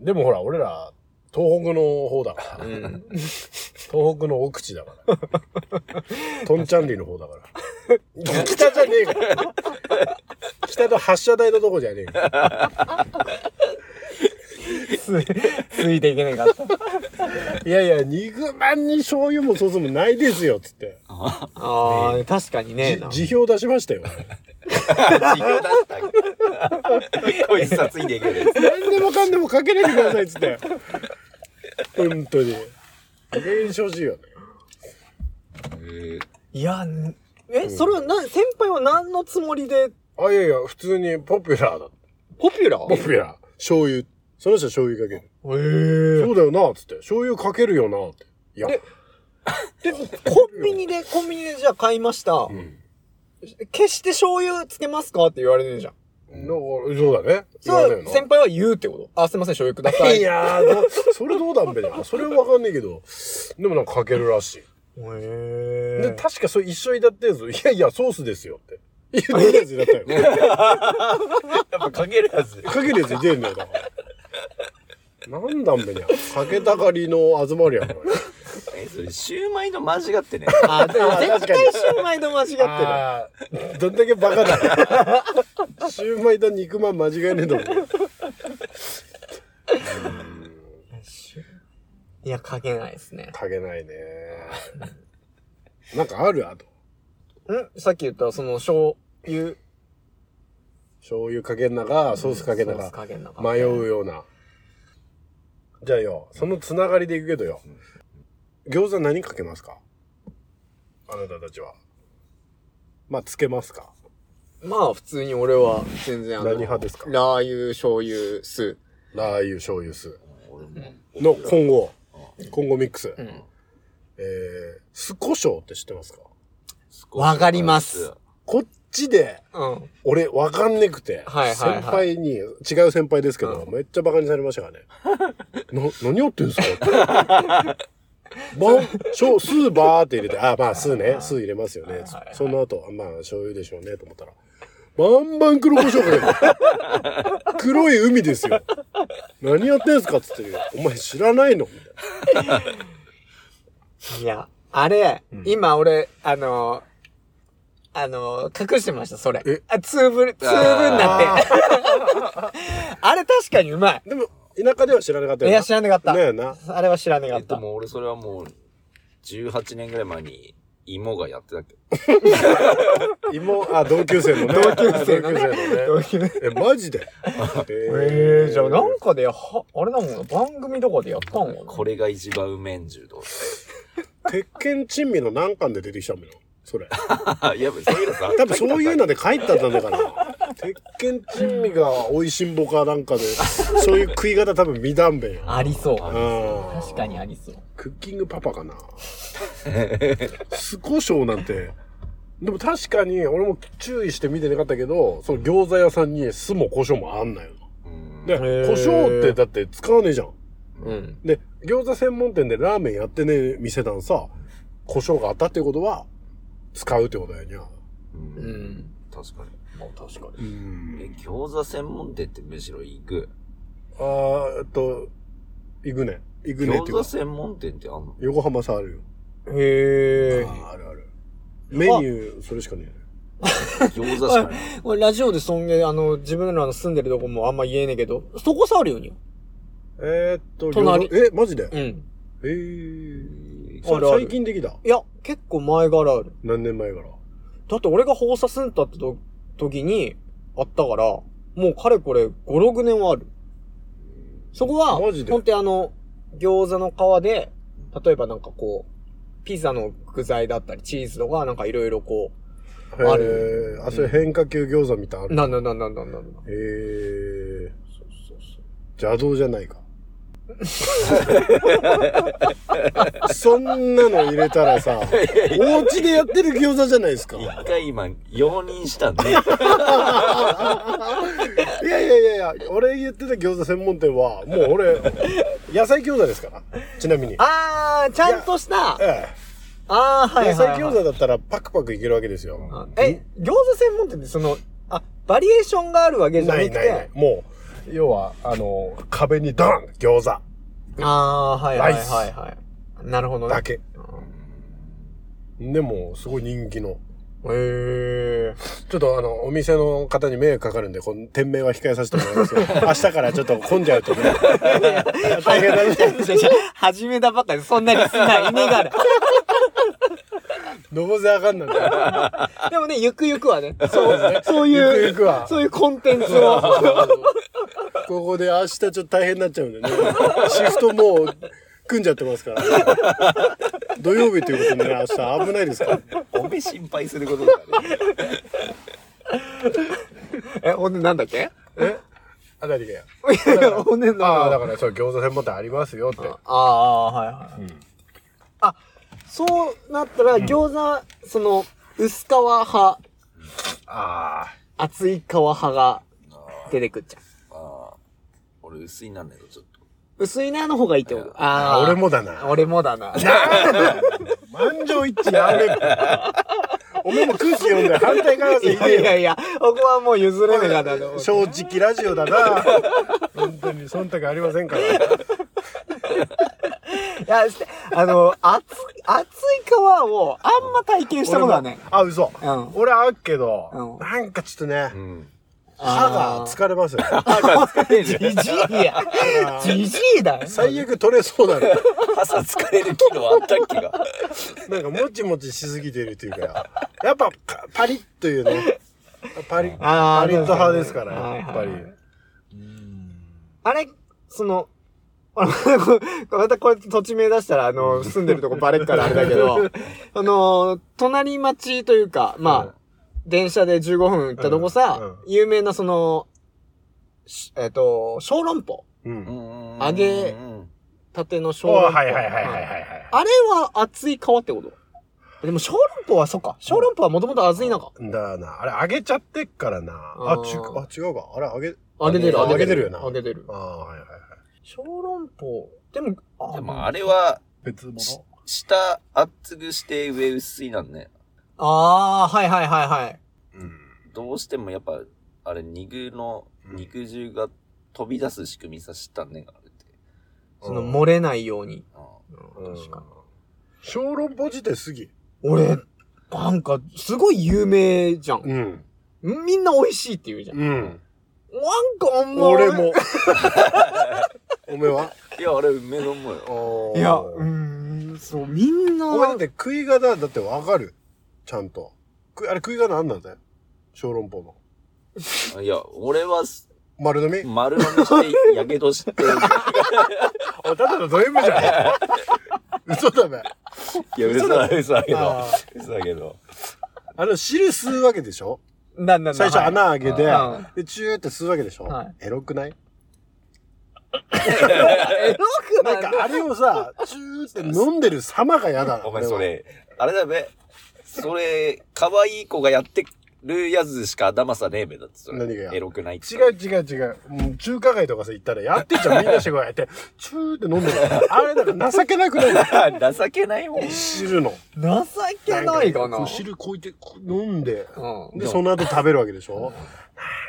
Speaker 3: でもほら、俺ら、東北の方だから。東北の奥地だから。トンチャンリの方だから。北じゃねえから。北の発射台のとこじゃねえから。
Speaker 1: つい、ついていけないか (laughs) った。
Speaker 3: いやいや、肉まんに醤油もソースもないですよ、つって。
Speaker 1: ああ、確かにねえな。
Speaker 3: じ辞表出しましたよ。
Speaker 2: 自由だった (laughs) こいつさついでいける
Speaker 3: 何でもかんでもかけないでください、つって。本当に。加減にしてほしいよね。
Speaker 1: いや、んえ、それはな、先輩は何のつもりで、
Speaker 3: あ、いやいや、普通にポピュラーだ。
Speaker 1: ポピュラー
Speaker 3: ポピュラー。醤油。その人は醤油かける。
Speaker 4: えー
Speaker 3: そうだよな、つって。醤油かけるよな、って。いや、
Speaker 1: でで、コンビニで、コンビニでじゃあ買いました。
Speaker 3: ん
Speaker 1: 決して醤油つけますかって言われるじゃん。
Speaker 3: のそうだね。
Speaker 1: それは
Speaker 3: よな
Speaker 1: 先輩は言うってことあ、すいません、醤油くだ (laughs) さい。
Speaker 3: い (laughs) やーどうそれどうだんべな。それはわかんないけど。でもなんかかけるらしい。
Speaker 4: え
Speaker 3: で、確かそれ一緒にだってやつ、いやいや、ソースですよって。いや、どういうやつだったよ。
Speaker 2: やっぱかけるやつ。
Speaker 3: かけるやついてんだよ、だから。なんだんべにゃ。かけたがりのあずまりやん、これ。
Speaker 2: えそれシューマイの間違ってね。
Speaker 1: あ、でも絶
Speaker 3: 確かに
Speaker 1: 対シューマイと間違ってる。
Speaker 3: あーどんだけバカだ。シューマイと肉まん間違いねえと思う。
Speaker 1: いや、かけないですね。
Speaker 3: かけないね。なんかあるあと。
Speaker 1: んさっき言った、その、醤油。
Speaker 3: 醤油かけんなか、ソースかけんな
Speaker 1: ソース
Speaker 3: か
Speaker 1: か、けんなか。
Speaker 3: 迷うような。じゃあよ、そのつながりでいくけどよ。餃子何かけますかあなたたちは。まあ、つけますか
Speaker 1: まあ、普通に俺は、全然あの、
Speaker 3: 何派ですか
Speaker 1: ラー油、醤油、酢。
Speaker 3: ラー油、醤油酢。の混合。混合ミックス。
Speaker 1: ん
Speaker 3: えー、酢胡椒って知ってますか
Speaker 1: わかります。
Speaker 3: こっちで、
Speaker 1: うん。
Speaker 3: 俺、わかんねくて、
Speaker 1: はいはいはい
Speaker 3: 先輩に、違う先輩ですけど、めっちゃバカにされましたから
Speaker 1: (laughs)
Speaker 3: ね。な、何やってんすか (laughs) って。ばん、しょ、酢ばーって入れて、あ、まあ酢ね、酢入れますよね。その後、あまあ醤油でしょうね、と思ったら、バンバン黒胡椒かけてる (laughs) 黒い海ですよ。何やってんすかっつって言うよお前知らないのみたいな。
Speaker 1: いや、あれ、今俺、あの、あの、隠してました、それ
Speaker 3: え。
Speaker 1: あ、つぶる、つぶにな
Speaker 3: (laughs)
Speaker 1: って。あれ確かにうまい。
Speaker 3: でも、田舎では知らなかった
Speaker 1: い
Speaker 3: よな。
Speaker 1: や、知らなかった。
Speaker 3: ねえな。
Speaker 1: あれは知らなか
Speaker 2: え
Speaker 1: っ
Speaker 2: で
Speaker 1: た。
Speaker 2: も俺それはもう、18年ぐらい前に、芋がやってたけど。
Speaker 3: 妹、あ、同級生のね。
Speaker 1: 同級生のね
Speaker 3: 同級生のねえ、マジでえ
Speaker 1: (laughs) ええ、じゃあなんかで、は、あれなもんな、番組とかでやったんか
Speaker 2: これが一番うめんじゅうと。
Speaker 3: 鉄拳珍味の何巻で出てきたんだよ。それ。
Speaker 2: あやっぱ (laughs) そういうのさ。
Speaker 3: 多分そういうので書いてあったんだから。鉄拳珍味が美味しんぼかなんかで、そういう食い方多分未断べよ。
Speaker 1: な。ありそう。
Speaker 3: うん。
Speaker 1: 確かにありそう。
Speaker 3: クッキングパパかな。酢胡椒なんて。でも確かに、俺も注意して見てなかったけど、その餃子屋さんに酢も胡椒もあんなよ。
Speaker 2: うん
Speaker 3: で、胡
Speaker 1: ー
Speaker 3: 椒ってだって使わねえじゃん。
Speaker 1: うん。
Speaker 3: で、餃子専門店でラーメンやってねえ店なんさ、胡椒があったってことは、使うってことやにゃ。
Speaker 2: うん
Speaker 1: うん。
Speaker 2: 確かに。
Speaker 1: まあ確かに。
Speaker 3: うん。
Speaker 2: え、餃子専門店ってむしろ行く。
Speaker 3: あー、えっと、行くね。行くねっ
Speaker 2: 餃
Speaker 3: ていう
Speaker 2: 子
Speaker 3: か、
Speaker 2: 専門店ってあんの
Speaker 3: 横浜さあるよ。
Speaker 1: へえ。
Speaker 3: あるある。メニュー、それしかね
Speaker 2: 餃子しかない。
Speaker 1: これラジオでそんげ、あの、自分らの住んでるとこもあんま言えねえけど、そこ触るように。
Speaker 3: えよ。えーっと、
Speaker 1: 隣
Speaker 3: 餃子え、マジで
Speaker 1: うん。
Speaker 3: えー。
Speaker 1: あ
Speaker 3: そ
Speaker 1: る
Speaker 3: れ
Speaker 1: ある
Speaker 3: 最近できた。
Speaker 1: いや、結構前からある。
Speaker 3: 何年前から。
Speaker 1: だって俺が放射センターってと時にあったから、もうかれこれ5、6年はある。そこは、
Speaker 3: マジで
Speaker 1: 本当にあの、餃子の皮で、例えばなんかこう、ピザの具材だったり、チーズとか、なんかいろいろこあ
Speaker 3: る。あ、それ変化球餃子みたいなのあ
Speaker 1: う、な
Speaker 3: る。
Speaker 1: んなんなんなんなんなん
Speaker 3: えー。邪道じ
Speaker 1: (laughs)
Speaker 3: ゃないか。そんなの入れたらさ、お家でやってる餃子じゃないですか。い
Speaker 2: 一回今、容認したんで。
Speaker 3: やいやいやいや、俺言ってた餃子専門店は、もう
Speaker 1: (laughs)
Speaker 3: 俺、野菜餃子ですから。ちなみに。
Speaker 1: あー、ちゃんとした、あ
Speaker 3: え
Speaker 1: ー、はい
Speaker 3: え、野
Speaker 1: はい、
Speaker 3: 菜
Speaker 1: はい。
Speaker 3: 餃子だったらパクパクいけるわけですよ。
Speaker 1: あえ、餃子専門店ってその、あ、バリエーションがあるわけじゃ
Speaker 3: な
Speaker 1: なく
Speaker 3: い
Speaker 1: て。
Speaker 3: ないない。もう、要は、あの、壁にドン餃子
Speaker 1: あー、はいはい
Speaker 3: ライス
Speaker 1: はいはい。なるほどね。
Speaker 3: だけ。でも、すごい人気の。
Speaker 1: へえ。
Speaker 3: ちょっとあの、お店の方に迷惑かかるんで、この店名は控えさせてもらいますけど、 (laughs) 明日からちょっと混んじゃ
Speaker 1: (laughs)
Speaker 3: うとね。大変だね。
Speaker 1: 始めたばっかでそんなにすんない意味がある。
Speaker 3: のぼせあかんなんだ。
Speaker 1: でもね、ゆくゆく (laughs) はね、そう、そう
Speaker 3: ゆく
Speaker 1: い
Speaker 3: ゆく
Speaker 1: う
Speaker 3: は、
Speaker 1: そういうコンテンツを。
Speaker 3: ここで明日ちょっと大変になっちゃうんでね。シフトもう、組んじゃってますから、土曜日ということでね、明日危ないですから。
Speaker 2: おめ心配することだね。
Speaker 1: え、ほんでなんだっけ
Speaker 3: えないといけない。
Speaker 1: いやおねんの
Speaker 3: ああ、だ
Speaker 1: あ
Speaker 3: からそう、餃子専門店ありますよって。
Speaker 1: あーはいはいそうなったら餃子、その薄皮派
Speaker 3: ああ。
Speaker 1: 厚い皮派が出てくっちゃう
Speaker 2: ああ。 (laughs) 俺薄いなんだけど、ちょっと。 (laughs)
Speaker 1: 薄いなの方がいいってことあ
Speaker 3: あ
Speaker 1: あ
Speaker 3: 俺もだな。
Speaker 1: 俺もだ (laughs) な
Speaker 3: 満場一致やめろ。おめえも空気読んだら反対側
Speaker 1: い
Speaker 3: でい
Speaker 1: や
Speaker 3: い
Speaker 1: い
Speaker 3: よ。
Speaker 1: やいやここはもう譲れなかったと (laughs) 思う
Speaker 3: 正直ラジオだな。本当に忖度ありませんから。
Speaker 1: いや、して、あの、熱い、熱い皮をあんま体験したことはね。
Speaker 3: あ、嘘。
Speaker 1: うん
Speaker 3: 俺あるけど、
Speaker 1: うん
Speaker 3: なんかちょっとね、
Speaker 2: ん。
Speaker 3: 歯が疲れますよね。
Speaker 1: れじじいや。じじいだよ。
Speaker 3: 最悪取れそうだね。
Speaker 2: 朝疲れる機能あったっけが。
Speaker 3: なんかもちもちしすぎてるというか、やっぱかパリッというね。パリッ、
Speaker 1: あー
Speaker 3: パリッと派ですから、
Speaker 1: はいはい
Speaker 3: やっぱり。
Speaker 1: あれ、その、あのまたこれ土地名出したら、あの、住んでるとこバレっからあれだけど、あの、隣町というか、まあ、電車で15分行ったとこさ、
Speaker 3: う
Speaker 1: 有名なその、しえっ、と、小籠包。
Speaker 3: うん。
Speaker 1: 揚
Speaker 2: 揚
Speaker 1: げ縦の小籠包。
Speaker 3: おはいはいはいはいはいはい。
Speaker 1: あれは厚い皮ってことでも小籠包はそっか。小籠包はもともと厚いのか。
Speaker 3: だな。あれ、あげちゃってっからな。あ
Speaker 1: あ、ー
Speaker 3: ちゅあ違うか。あれ、あげ、
Speaker 1: 揚げてる、
Speaker 2: 揚げ
Speaker 3: てるよな
Speaker 1: 揚げてる
Speaker 3: あ。あ、はいはいはい。
Speaker 1: 小籠包。でも、あ
Speaker 2: でもあれは、
Speaker 3: 別物
Speaker 2: し下厚くして上薄いなんね。
Speaker 1: あー、はいはいはいはい。
Speaker 3: うん。
Speaker 2: どうしてもやっぱ、あれ肉の、
Speaker 3: うん
Speaker 2: 肉汁が飛び出す仕組みさしたねあれって。
Speaker 1: その漏れないように。
Speaker 2: う
Speaker 1: うん確か
Speaker 3: 小籠包自体すぎ。
Speaker 1: に。俺、なんか、すごい有名じゃん。
Speaker 3: うん。
Speaker 1: みんな美味しいって言うじゃん。な
Speaker 3: うん。
Speaker 1: んかあんま。
Speaker 3: 俺。も。 (laughs) おめえは
Speaker 2: んいや、あれ、梅のもよ。
Speaker 1: いや、
Speaker 3: お
Speaker 1: うーん、そう、みんな。
Speaker 3: 前だって食い方だってわかる。ちゃんと。くあれ食い方なんなんだよ。小籠包の。
Speaker 2: いや、俺はす
Speaker 3: 丸飲み
Speaker 2: 丸飲みして、やけど
Speaker 3: (laughs)
Speaker 2: して、
Speaker 3: あ、ただのド M じゃ
Speaker 1: (laughs)
Speaker 3: ん。嘘だべ。
Speaker 2: いや、嘘だ、嘘だけど
Speaker 1: あ。
Speaker 2: 嘘だけど。
Speaker 3: あの、汁吸うわけでしょ
Speaker 1: なんなん
Speaker 3: 最初穴開けて
Speaker 1: うん、
Speaker 3: で、チューって吸うわけでしょ
Speaker 1: はい
Speaker 3: エロ
Speaker 1: (laughs)
Speaker 3: くない
Speaker 1: エロくな
Speaker 3: ないんかあれをさ、チューって飲んでる様が嫌だな。
Speaker 2: お前それ、あれだべ。それ、可愛い子がやってるやつしか頭さねえべだって、それ。
Speaker 3: 何がや
Speaker 2: エロくないって。
Speaker 3: 違う違う違う。もう中華街とかさ、行ったらやってんじゃん。みんなしてこうやって、チューって飲んでる。あれなんか情けなくない
Speaker 2: 情けない
Speaker 3: (laughs)
Speaker 2: もん。
Speaker 3: 汁の。
Speaker 1: 情けないかな。
Speaker 3: こう汁こういて、こう飲んで、
Speaker 1: うん。
Speaker 3: で、その後食べるわけでしょ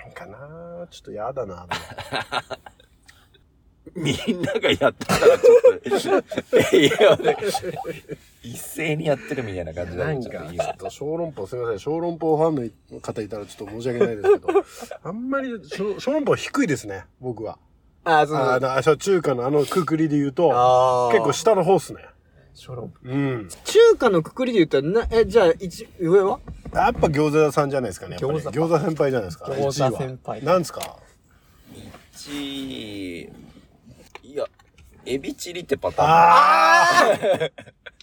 Speaker 3: なんかなちょっと嫌だな
Speaker 2: みんながやってたらちょっと、いや、俺一斉にやってるみたいな感じだ
Speaker 3: な
Speaker 2: ね
Speaker 3: ん
Speaker 2: ちょ
Speaker 3: か
Speaker 2: っといい、
Speaker 3: ちょっと小籠包、すみません。小籠包ファンの方いたらちょっと申し訳ないですけど、あんまり小小籠包低いですね、僕は。
Speaker 1: あー、その
Speaker 3: あ、の、あそう中華のあのくくりで言うと、
Speaker 1: あー
Speaker 3: 結構下の方っすね。
Speaker 1: 小籠包
Speaker 3: うん。
Speaker 1: 中華のくくりで言ったらな、え、じゃあ、一、上は
Speaker 3: やっぱ餃子屋さんじゃないですかね。やっぱり
Speaker 1: 餃子
Speaker 3: 餃子先輩じゃないですか。
Speaker 1: 餃子
Speaker 3: 1位は
Speaker 1: 先輩
Speaker 3: なんですか
Speaker 2: ちいや、エビチリってパターン。
Speaker 3: ああ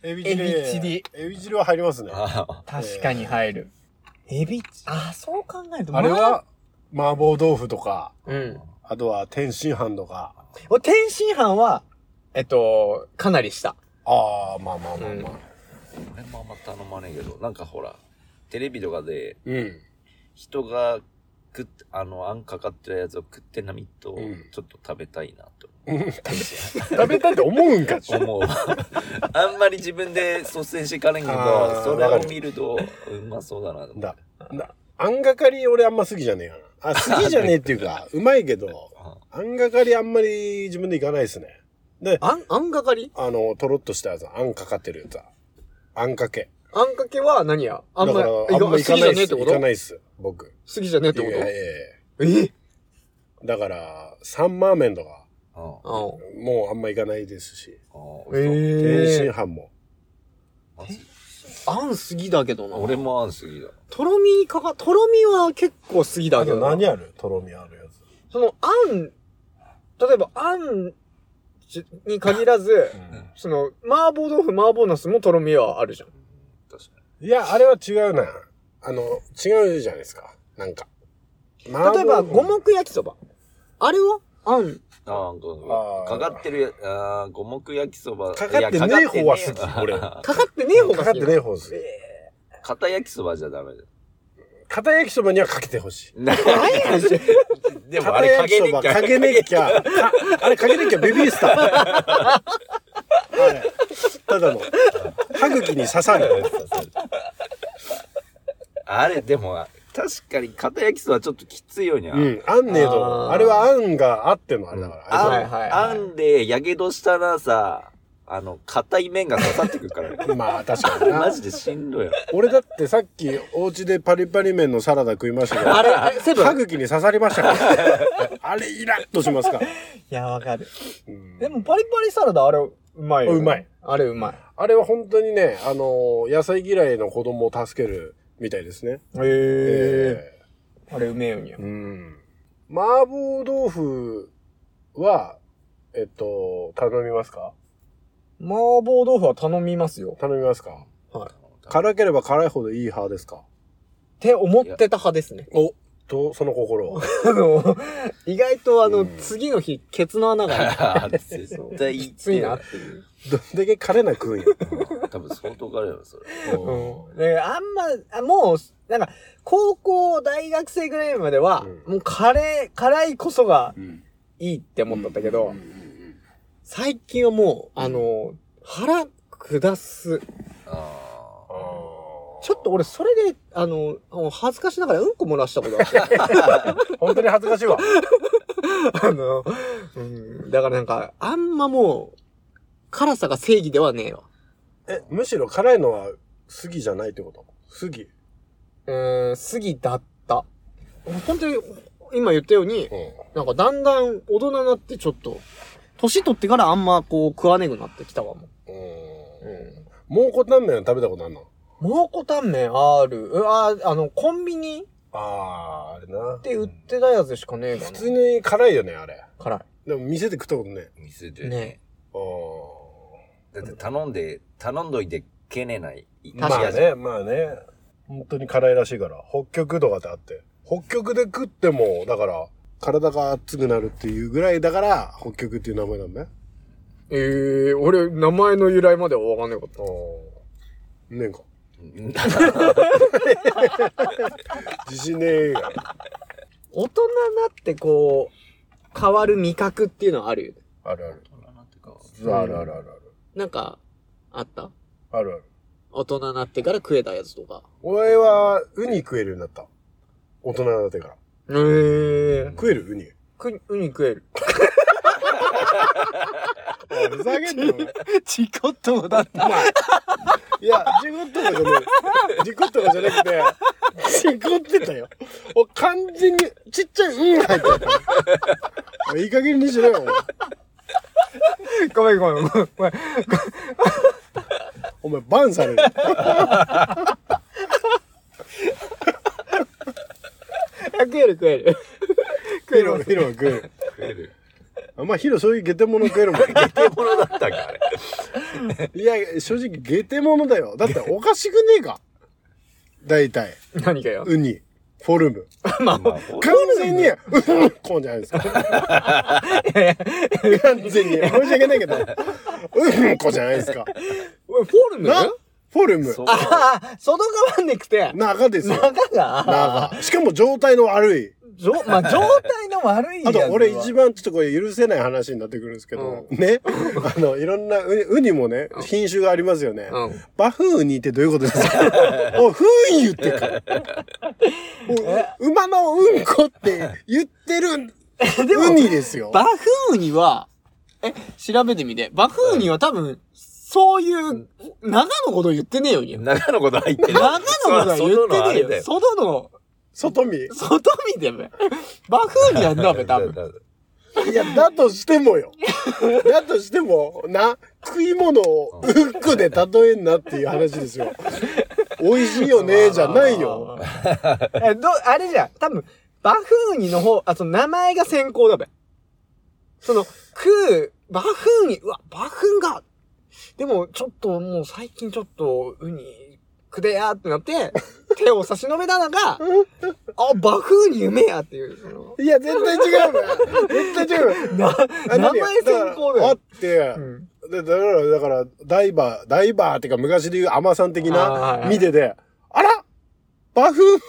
Speaker 3: エビチリ。
Speaker 4: エビチリ。
Speaker 3: エビチリは入りますね。あ
Speaker 2: ああ
Speaker 4: 確かに入る。
Speaker 1: エビ、あー、そう考えると、
Speaker 3: れは、麻婆豆腐とか、
Speaker 1: まあうん。
Speaker 3: あとは天津飯とか。
Speaker 1: お天津飯は、えっと、かなり下。
Speaker 3: ああ、まあまあまあまあ。
Speaker 2: 俺もあんま頼まねえけど、なんかほら、テレビとかで
Speaker 3: うん。
Speaker 2: 人が食って、あの、あんかかってるやつを食ってんなみっと、
Speaker 3: うん
Speaker 2: ちょっと食べたいなと
Speaker 3: 食べたいって思うんかちょ
Speaker 2: 思う。
Speaker 3: (laughs)
Speaker 2: あんまり自分で率先していかねえけ
Speaker 3: あ
Speaker 2: ど、
Speaker 3: ー
Speaker 2: それを見ると、うまそうだなと思って。
Speaker 3: だ。だ。あんがかり俺あんま好きじゃねえよな。あ、好きじゃねえっていうか、うまいけど、あんがかりあんまり自分でいかないですね。で、
Speaker 1: あん、あんがかり
Speaker 3: あの、とろっとしたやつ、あんかかってるやつは。あんかけ。
Speaker 1: あんかけは何やあんま、
Speaker 3: だからあんま
Speaker 1: 好き
Speaker 3: 行
Speaker 1: じ
Speaker 3: か
Speaker 1: ゃ
Speaker 3: ないっ
Speaker 1: ねえっ
Speaker 3: す。
Speaker 1: てこ
Speaker 3: 行
Speaker 1: と
Speaker 3: か
Speaker 1: 好
Speaker 3: ないっす、僕。
Speaker 1: きじゃねえって
Speaker 3: いやいや
Speaker 1: こ
Speaker 3: いやい
Speaker 1: とえ
Speaker 3: やだから、サンマーメンとか、
Speaker 2: うん
Speaker 1: あん。
Speaker 3: もうあんま行かないですし、
Speaker 2: あー美味しそう
Speaker 3: 天津
Speaker 1: ええ。
Speaker 3: 飯も。
Speaker 2: マジ
Speaker 1: あんすぎだけどな。
Speaker 2: 俺もあんすぎだ。
Speaker 1: とろみかか、とろみは結構すぎだ
Speaker 3: あ
Speaker 1: けど
Speaker 3: と
Speaker 1: な。
Speaker 3: 何あるとろみあるやつ。
Speaker 1: その、あん、例えば、あんじに限らず、
Speaker 3: うん
Speaker 1: その、麻婆豆腐、麻婆茄子もとろみはあるじゃん。
Speaker 2: 確かに。
Speaker 3: いや、あれは違うな。あの、違うじゃないですか。なんか。
Speaker 1: 例えば、五目焼きそば。
Speaker 5: あれはあん。
Speaker 2: あーこ
Speaker 3: あー
Speaker 2: うかかってるや、あー五目焼きそば。
Speaker 3: かかってねえ方は好き、俺。か
Speaker 5: かかってねえ方が
Speaker 3: か
Speaker 5: 好
Speaker 3: っ
Speaker 5: き
Speaker 3: て
Speaker 5: な
Speaker 3: ね
Speaker 5: の。
Speaker 3: え方好き。
Speaker 2: 片焼きそばじゃダメだよ。
Speaker 3: 片焼きそばにはかけてほしい。
Speaker 2: でもあ
Speaker 3: 片
Speaker 2: れ、か
Speaker 3: 焼き
Speaker 2: け
Speaker 3: そ
Speaker 2: ね
Speaker 3: ば
Speaker 2: っか
Speaker 3: かけねっきゃ。かあれかけねっきゃベビースター。あれただの。歯茎に刺さる。
Speaker 2: あれ、でも、確かに片焼きそばちょっときついようにゃ。
Speaker 3: うん。あんねえ
Speaker 1: あ
Speaker 3: と。
Speaker 1: ー
Speaker 3: あれはあんがあってのあれだから。
Speaker 2: あん、
Speaker 1: はいはいはい
Speaker 2: あんで、やけどしたらさ、あの、硬い麺が刺さってくる (laughs) からね。
Speaker 3: まあ確かに
Speaker 2: マ
Speaker 3: な。
Speaker 2: ジでしんどい (laughs) よ。
Speaker 3: 俺だってさっきお家でパリパリ麺のサラダ食いましたけど、
Speaker 5: あれ、えセブ
Speaker 3: 歯
Speaker 5: ン。
Speaker 3: 茎に刺さりましたから。あれイラッとしますから。
Speaker 1: いや、わかる。
Speaker 3: うん
Speaker 1: でも、パリパリサラダ、あれ、うまいよ、ね。
Speaker 3: うまい。
Speaker 1: あれ、うまい。
Speaker 3: あれは本当にね、あのー野菜嫌いの子供を助けるみたいですね。
Speaker 1: へえ
Speaker 3: え
Speaker 1: ー。あれ、うめえよにゃ
Speaker 3: ー。うん。麻婆豆腐は、えっと、頼みますか
Speaker 1: 麻婆豆腐は頼みますよ。
Speaker 3: 頼みますか
Speaker 5: はい
Speaker 3: 辛ければ辛いほどいい派ですか
Speaker 5: って思ってた派ですね。
Speaker 3: おと、その心は。
Speaker 5: あの、意外とあ
Speaker 3: う
Speaker 5: の
Speaker 3: ん、
Speaker 5: 次の日、ケツの穴が開
Speaker 2: あー絶対いい
Speaker 5: いて、きついなっていう。
Speaker 3: (laughs) どんだけ辛いな (laughs) 食うんや。
Speaker 2: 多分相当辛いよ、それ。
Speaker 1: うん。で、あんま、あもう、なんか、高校、大学生ぐらいまでは、
Speaker 3: う
Speaker 1: もう、カレー、辛いこそが
Speaker 3: うん
Speaker 1: いいって思ったんだけど、
Speaker 5: 最近はもう、あの、腹下す。
Speaker 2: あ
Speaker 3: あー
Speaker 5: ちょっと俺、それで、あの、恥ずかしながらうんこ漏らしたことあって。
Speaker 3: 本当に恥ずかしいわ。
Speaker 5: あの、うん、だからなんか、あんまもう、辛さが正義ではねえわ。
Speaker 3: え、むしろ辛いのは好きじゃないってこと好き。
Speaker 5: うーん、過ぎだった。本当に、今言ったように、なんかだんだん大人になってちょっと、年取ってからあんまこう食わねえくなってきたわ、もう。
Speaker 3: うん。蒙古タンメンは食べたことあんの
Speaker 1: 蒙古タンメンある。うわあの、コンビニ
Speaker 3: あー、あれな。
Speaker 1: で売ってたやつしかねえか
Speaker 3: 普
Speaker 1: な。
Speaker 3: 通に辛いよね、あれ。
Speaker 1: 辛い。
Speaker 3: でも店で食ったことね。
Speaker 2: ー店で。
Speaker 5: ね
Speaker 3: あ
Speaker 2: だって頼んで、頼んどいてけねえない。
Speaker 3: あ。まあね、まあね。本当に辛いらしいから。北極とかってあって。北極で食っても、だから、体が熱くなるっていうぐらいだから、北極っていう名前なんだね。
Speaker 1: ええー、俺、名前の由来まではわかんないかっ
Speaker 3: ああ。ねえか。
Speaker 2: うん (laughs)
Speaker 3: 自信ねえが。
Speaker 5: 大人になってこう、変わる味覚っていうのはあるよね。
Speaker 3: あるある。
Speaker 5: ん
Speaker 3: あるあるあるある。
Speaker 5: なんか、あった
Speaker 3: あるある。
Speaker 5: 大人になってから食えたやつとか。
Speaker 3: 俺は、ウニ食えるようになった。大人になってから。
Speaker 5: ええ
Speaker 3: 食えるウニ。
Speaker 1: く、ウニ食
Speaker 5: (laughs)
Speaker 1: える。
Speaker 3: ふざけんなよ。
Speaker 5: チコット
Speaker 1: (laughs)
Speaker 5: だった。
Speaker 3: いや、ジコットとかじゃない。ジコットとかじゃなくて、ジコってたよ。お完全に、ちっちゃい、うん入ってた。おいいい加減にしろよ、
Speaker 1: ごめんごめんごめん。ごめん
Speaker 3: お前。お前、バンされる。
Speaker 5: 食える食える。
Speaker 3: ヒロ、ヒロは食える。
Speaker 2: 食える。
Speaker 3: あんまヒロ、そういうゲテモノ食えるもん。い
Speaker 2: 漬物だったか、あれ。
Speaker 3: や、正直、ゲテモノだよ。だって、おかしくねえか。大体、
Speaker 1: 何かよ。
Speaker 3: ウニ、フォルム。
Speaker 2: まあほ
Speaker 3: 完全に、うん、こんじゃないですか。完全に。申し訳ないけど、うん、こじゃないですか。
Speaker 5: フォルム
Speaker 3: なフォルム
Speaker 2: そう。
Speaker 5: ああ、外側ねくて、
Speaker 3: 長ですよ。
Speaker 5: 中が、
Speaker 3: 長。しかも状態の悪い。
Speaker 1: じょまあ、状態の悪いや
Speaker 3: あ
Speaker 1: つ
Speaker 3: と
Speaker 1: は。
Speaker 3: 俺一番ちょっとこれ許せない話になってくるんですけど、ね。 (laughs) あの、いろんなウニウニもね、品種がありますよね。
Speaker 5: うん
Speaker 3: バフウニってどういうことですかおい、フン言ってるから。お馬のうんこって言ってるウニですよ。
Speaker 5: バフーニは、え、調べてみて。バフーニは多分、そういう、長のこと言ってねえよに。
Speaker 2: 中のこと入ってる。
Speaker 5: 長のことは言ってねえよ。
Speaker 2: そ
Speaker 5: 外の、
Speaker 3: 外見。い
Speaker 5: 外見てべ。バフーニは
Speaker 2: らそ
Speaker 5: な
Speaker 2: れ
Speaker 5: べ、
Speaker 2: のあれだ
Speaker 5: 多分。
Speaker 2: よ。
Speaker 3: や、だとしてもよ。だとしても、な、食い物をうんこで例えんなっていう話ですよ。美味しいよね、じゃないよ。
Speaker 1: えど、あれじゃん。多分、バフーニの方、あ、その名前が先行だべ。
Speaker 5: その、食う、バフーニ、うわ、バフンが。でも、ちょっともう最近ちょっと、ウニ、くでやーってなって、手を差し伸べたのが、あ、馬風に夢やっていう。その
Speaker 3: いや、絶対違うな。絶対違うな。あ
Speaker 5: 名前先行だ
Speaker 3: あ
Speaker 5: よ。
Speaker 3: って、
Speaker 5: うん
Speaker 3: でだから、だから、ダイバー、ダイバーっていうか、昔で言うアマさん的
Speaker 5: あー
Speaker 3: な
Speaker 5: は、い
Speaker 3: 見てて、あらバ (laughs) フン、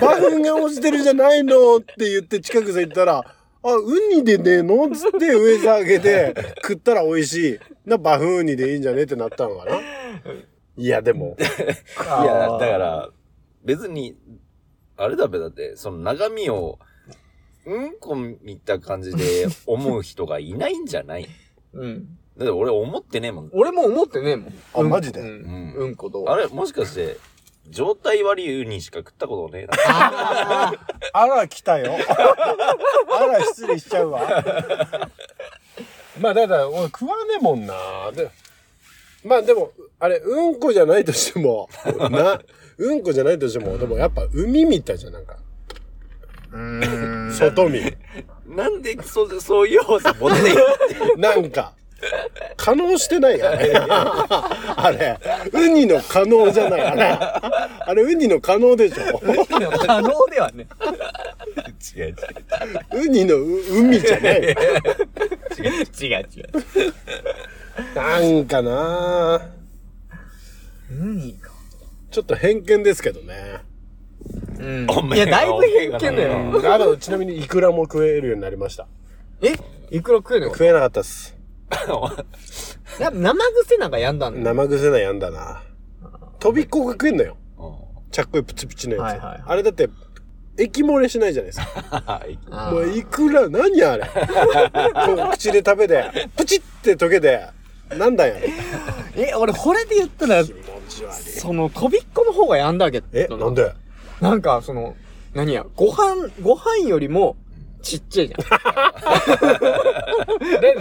Speaker 3: バフンが落ちてるじゃないのって言って近くで行ったら、あ、ウニでねえのっつって上下げて、食ったら美味しい。な、バフンウニでいいんじゃねえってなったのかな。いや、でも、
Speaker 2: いや、だから、別に、あれだべ、だって、その中身を、うんこ見た感じ
Speaker 5: (laughs)
Speaker 2: で思う人がいないんじゃない
Speaker 5: うん。
Speaker 2: だって俺思ってねえもん。
Speaker 5: 俺も思ってねえもん。
Speaker 3: あ
Speaker 5: うん
Speaker 3: マジで
Speaker 5: う。
Speaker 2: うん。
Speaker 5: うんんこと。
Speaker 2: あれ、もしかして、状態悪いウニしか食ったことねえな。
Speaker 3: あら、来たよ。 (laughs) あら、失礼しちゃうわ。まあ、だから、俺食わねえもんな。でまあ、でも、あれ、うんこじゃないとしても、 (laughs) な、うんこじゃないとしても、でもやっぱ海みたいじゃん、なんか。外見。
Speaker 2: なんで、そ、そういう要素持っていい
Speaker 3: なんか。可能してないあれ。あれ、ウニの可能じゃないあれ。あれ、ウニの可能でしょ。
Speaker 4: 可能ではね。
Speaker 2: 違う
Speaker 3: ウニのう海じゃない。
Speaker 4: 違う違う違う。
Speaker 3: なんかなぁ。
Speaker 5: 何か。
Speaker 3: ちょっと偏見ですけどね。
Speaker 5: うん。
Speaker 2: お前
Speaker 5: いや、だいぶ偏見だ
Speaker 2: お前
Speaker 5: よ。
Speaker 3: あと、ちなみにイクラも食えるようになりました。
Speaker 5: えいくら食えねえの
Speaker 3: 食えなかったっす。
Speaker 5: やっぱ生癖なんかやんだんだよ。
Speaker 3: 生癖なやんだな。飛びっこが食えんのよ。
Speaker 2: 違
Speaker 3: ちゃっこいプチプチのやつ。
Speaker 5: はいはいはい
Speaker 3: あれだって、液漏れしないじゃないですか。
Speaker 2: う。
Speaker 5: あ
Speaker 3: も
Speaker 5: ー
Speaker 3: うイクラ、何 (laughs) あれ。こう口で食べて、プチって溶けて、なんだよ。
Speaker 5: え、俺、これで言ったら、その、飛びっこの方がやんだけど。
Speaker 3: え、なんで
Speaker 5: なんか、その、何や、ご飯、ご飯よりも、ちっちゃいじゃ
Speaker 3: (laughs)
Speaker 5: ん。
Speaker 3: なん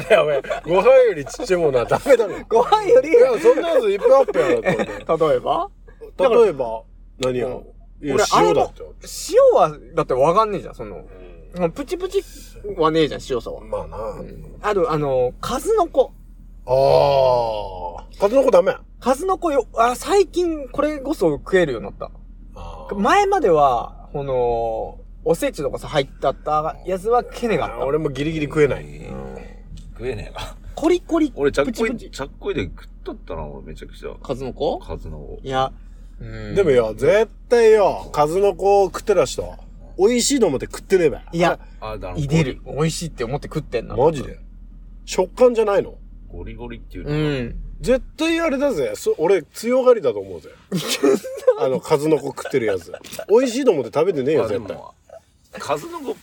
Speaker 3: だよ、お前。ご飯よりちっちゃいものはダメだろ。い
Speaker 5: ご飯より、
Speaker 3: や、そんなやついっぱいあったよ。だって
Speaker 5: 例えば
Speaker 3: 例えば、何よ。いや
Speaker 5: 俺、あれ
Speaker 3: 塩だっ
Speaker 5: も
Speaker 3: て。、
Speaker 5: 塩は、だってわかんねえじゃん、その、プチプチはねえじゃん、塩さは。
Speaker 3: まあなあ。
Speaker 5: あと、あの、数の子。
Speaker 3: ああ。数の子ダメ。
Speaker 5: 数の子よ、あ、最近、これこそ食えるようになった。
Speaker 3: あ
Speaker 5: 前までは、この、おせちとかさ、入ったったやつは、ケネがあった。
Speaker 3: 俺もギリギリ食えない。
Speaker 2: 食えねえな。
Speaker 5: コリコリ、
Speaker 2: 俺、ちゃっ
Speaker 5: プチ
Speaker 2: こ
Speaker 5: プ
Speaker 2: い、
Speaker 5: チ。
Speaker 2: ちゃっこいで食ったったな、俺めちゃくちゃ。
Speaker 5: 数の子
Speaker 2: 数の多い
Speaker 5: いや、うん。
Speaker 3: でもよ、絶対よ、数の子を食ってた人、美味しいと思って食ってねえべ。
Speaker 5: いや、
Speaker 2: あ、だ
Speaker 5: いでる。。美味しいって思って食ってんな。
Speaker 3: マジで食感じゃないの
Speaker 2: ゴリゴリっていう
Speaker 5: う
Speaker 2: の。
Speaker 5: ん。
Speaker 3: 絶対あれだぜ。そ俺、強がりだと思うぜ。
Speaker 5: (laughs)
Speaker 3: あの、数の子食ってるやつ。美味しいと思って食べてねえ
Speaker 2: ま
Speaker 3: よ、
Speaker 2: あで
Speaker 3: 絶対。
Speaker 2: も、数の子、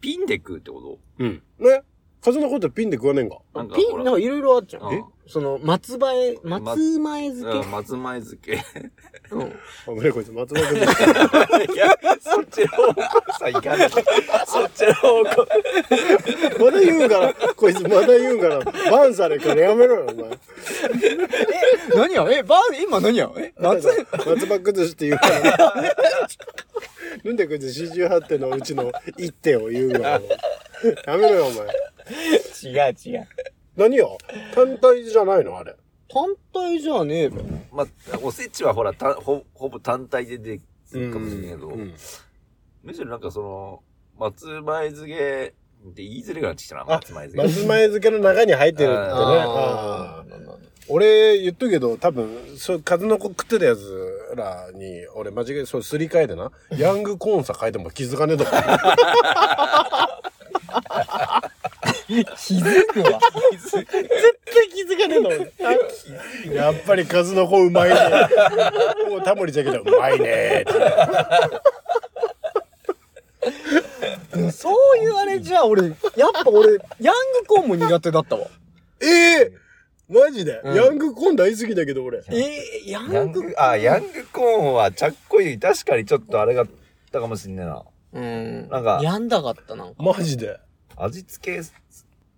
Speaker 2: ピンで食うってこ
Speaker 3: うん。ね数の子ってピンで食わねえんか。
Speaker 2: となんか
Speaker 5: ピ
Speaker 2: ほ
Speaker 5: ン、
Speaker 2: ら
Speaker 5: なんかいろいろあっちゃ
Speaker 2: うん
Speaker 5: ん。その、松前、松前漬
Speaker 2: うん松前漬け。 (laughs)
Speaker 5: け。うん。
Speaker 3: あ、ぶねえこいつ、松本君。
Speaker 2: いや、そっちの方向さ、いか
Speaker 3: (laughs)
Speaker 2: ない。そっちの方向。
Speaker 3: まだ言うんから、こいつまだ言うんから、バンされからやめろよ、お前。
Speaker 5: 何やえ、バー、今何やえ、松前、
Speaker 3: 松葉崩しって言うからな。なんでこいつ48点のうちの1点を言うのやめろよ、お前。
Speaker 4: 違う違う。
Speaker 3: 何よ単体じゃないのあれ。
Speaker 5: 単体じゃねえべ。
Speaker 2: まあ、おせちはほら、たほほぼ単体でできるかもしれないけど、
Speaker 3: うん
Speaker 2: むしろなんかその、松前漬けって言いづらくなってきたな、
Speaker 3: あ
Speaker 2: 松前漬け。
Speaker 3: 松前漬けの中に入ってるってね。
Speaker 2: あ
Speaker 3: あー俺、言っとくけど、多分、そう、数の子食ってるやつらに、俺間違え、そう、すり替えて (laughs) な、ヤングコーンさ書いても気づかねえと思う。
Speaker 5: 気づくわ。
Speaker 3: やっぱり数の子うまいね。もうタモリじゃけど、うまいねーって。
Speaker 5: そういうあれじゃ、俺、やっぱ俺、ヤングコーンも苦手だったわ。
Speaker 3: ええマジで、ヤングコーン大好きだけど、俺。
Speaker 5: えー、ヤ
Speaker 2: ヤ
Speaker 5: ン
Speaker 2: ン
Speaker 5: グ
Speaker 2: グ、あ、ヤングコーンはちゃっこいい。確かにちょっとあれがあったかもしんねえな。
Speaker 5: うん。
Speaker 2: なんか
Speaker 5: やんだかった、なんか。
Speaker 3: マジで。
Speaker 2: 味付け、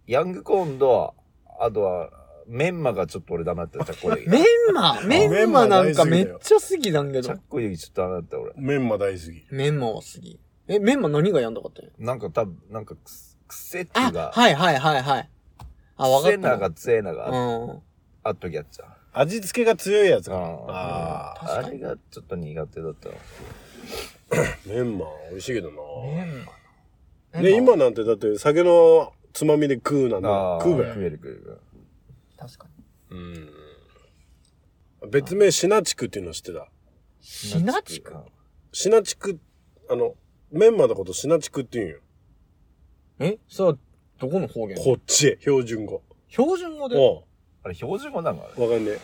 Speaker 2: ヤングコーンと、あとは、メンマがちょっと俺ダメだった、ちゃっこいい。
Speaker 5: メンマ、メンマなんかめっちゃ好きなんけ
Speaker 2: ちゃ
Speaker 5: ど
Speaker 2: っ。こいいちょっとダメだった、俺。
Speaker 3: メンマ大好き。
Speaker 5: メンマは好き。え、メンマ何がやんだかったの
Speaker 2: なんか多分、なんかくす、癖っていう
Speaker 5: あ、
Speaker 2: か、
Speaker 5: はいはいはいはい。あ、わか
Speaker 2: 癖
Speaker 5: った
Speaker 2: な
Speaker 5: わ。
Speaker 2: が強えなが
Speaker 5: うん。
Speaker 2: あっときやっちゃう。
Speaker 3: 味付けが強いやつかな。
Speaker 2: あ
Speaker 3: あ
Speaker 2: ああれがちょっと苦手だったの
Speaker 3: ーメンマ、美味しいけどな。
Speaker 4: 麺
Speaker 3: ね、今なんてだって酒のつまみで食うなん
Speaker 2: あ
Speaker 3: だ
Speaker 2: ー。
Speaker 3: 食うべ。
Speaker 2: 食える食える
Speaker 5: 確かに。
Speaker 3: うん。別名、シナチクっていうの知ってた。
Speaker 4: シナチク
Speaker 3: シナチク、あの、メンマのことシナチクって言うんよ。
Speaker 5: えそれは、どこの方言
Speaker 3: こっち、標準語。
Speaker 5: 標準語で。
Speaker 3: お
Speaker 2: あれ標準語なんかあ
Speaker 3: うわかんねえ。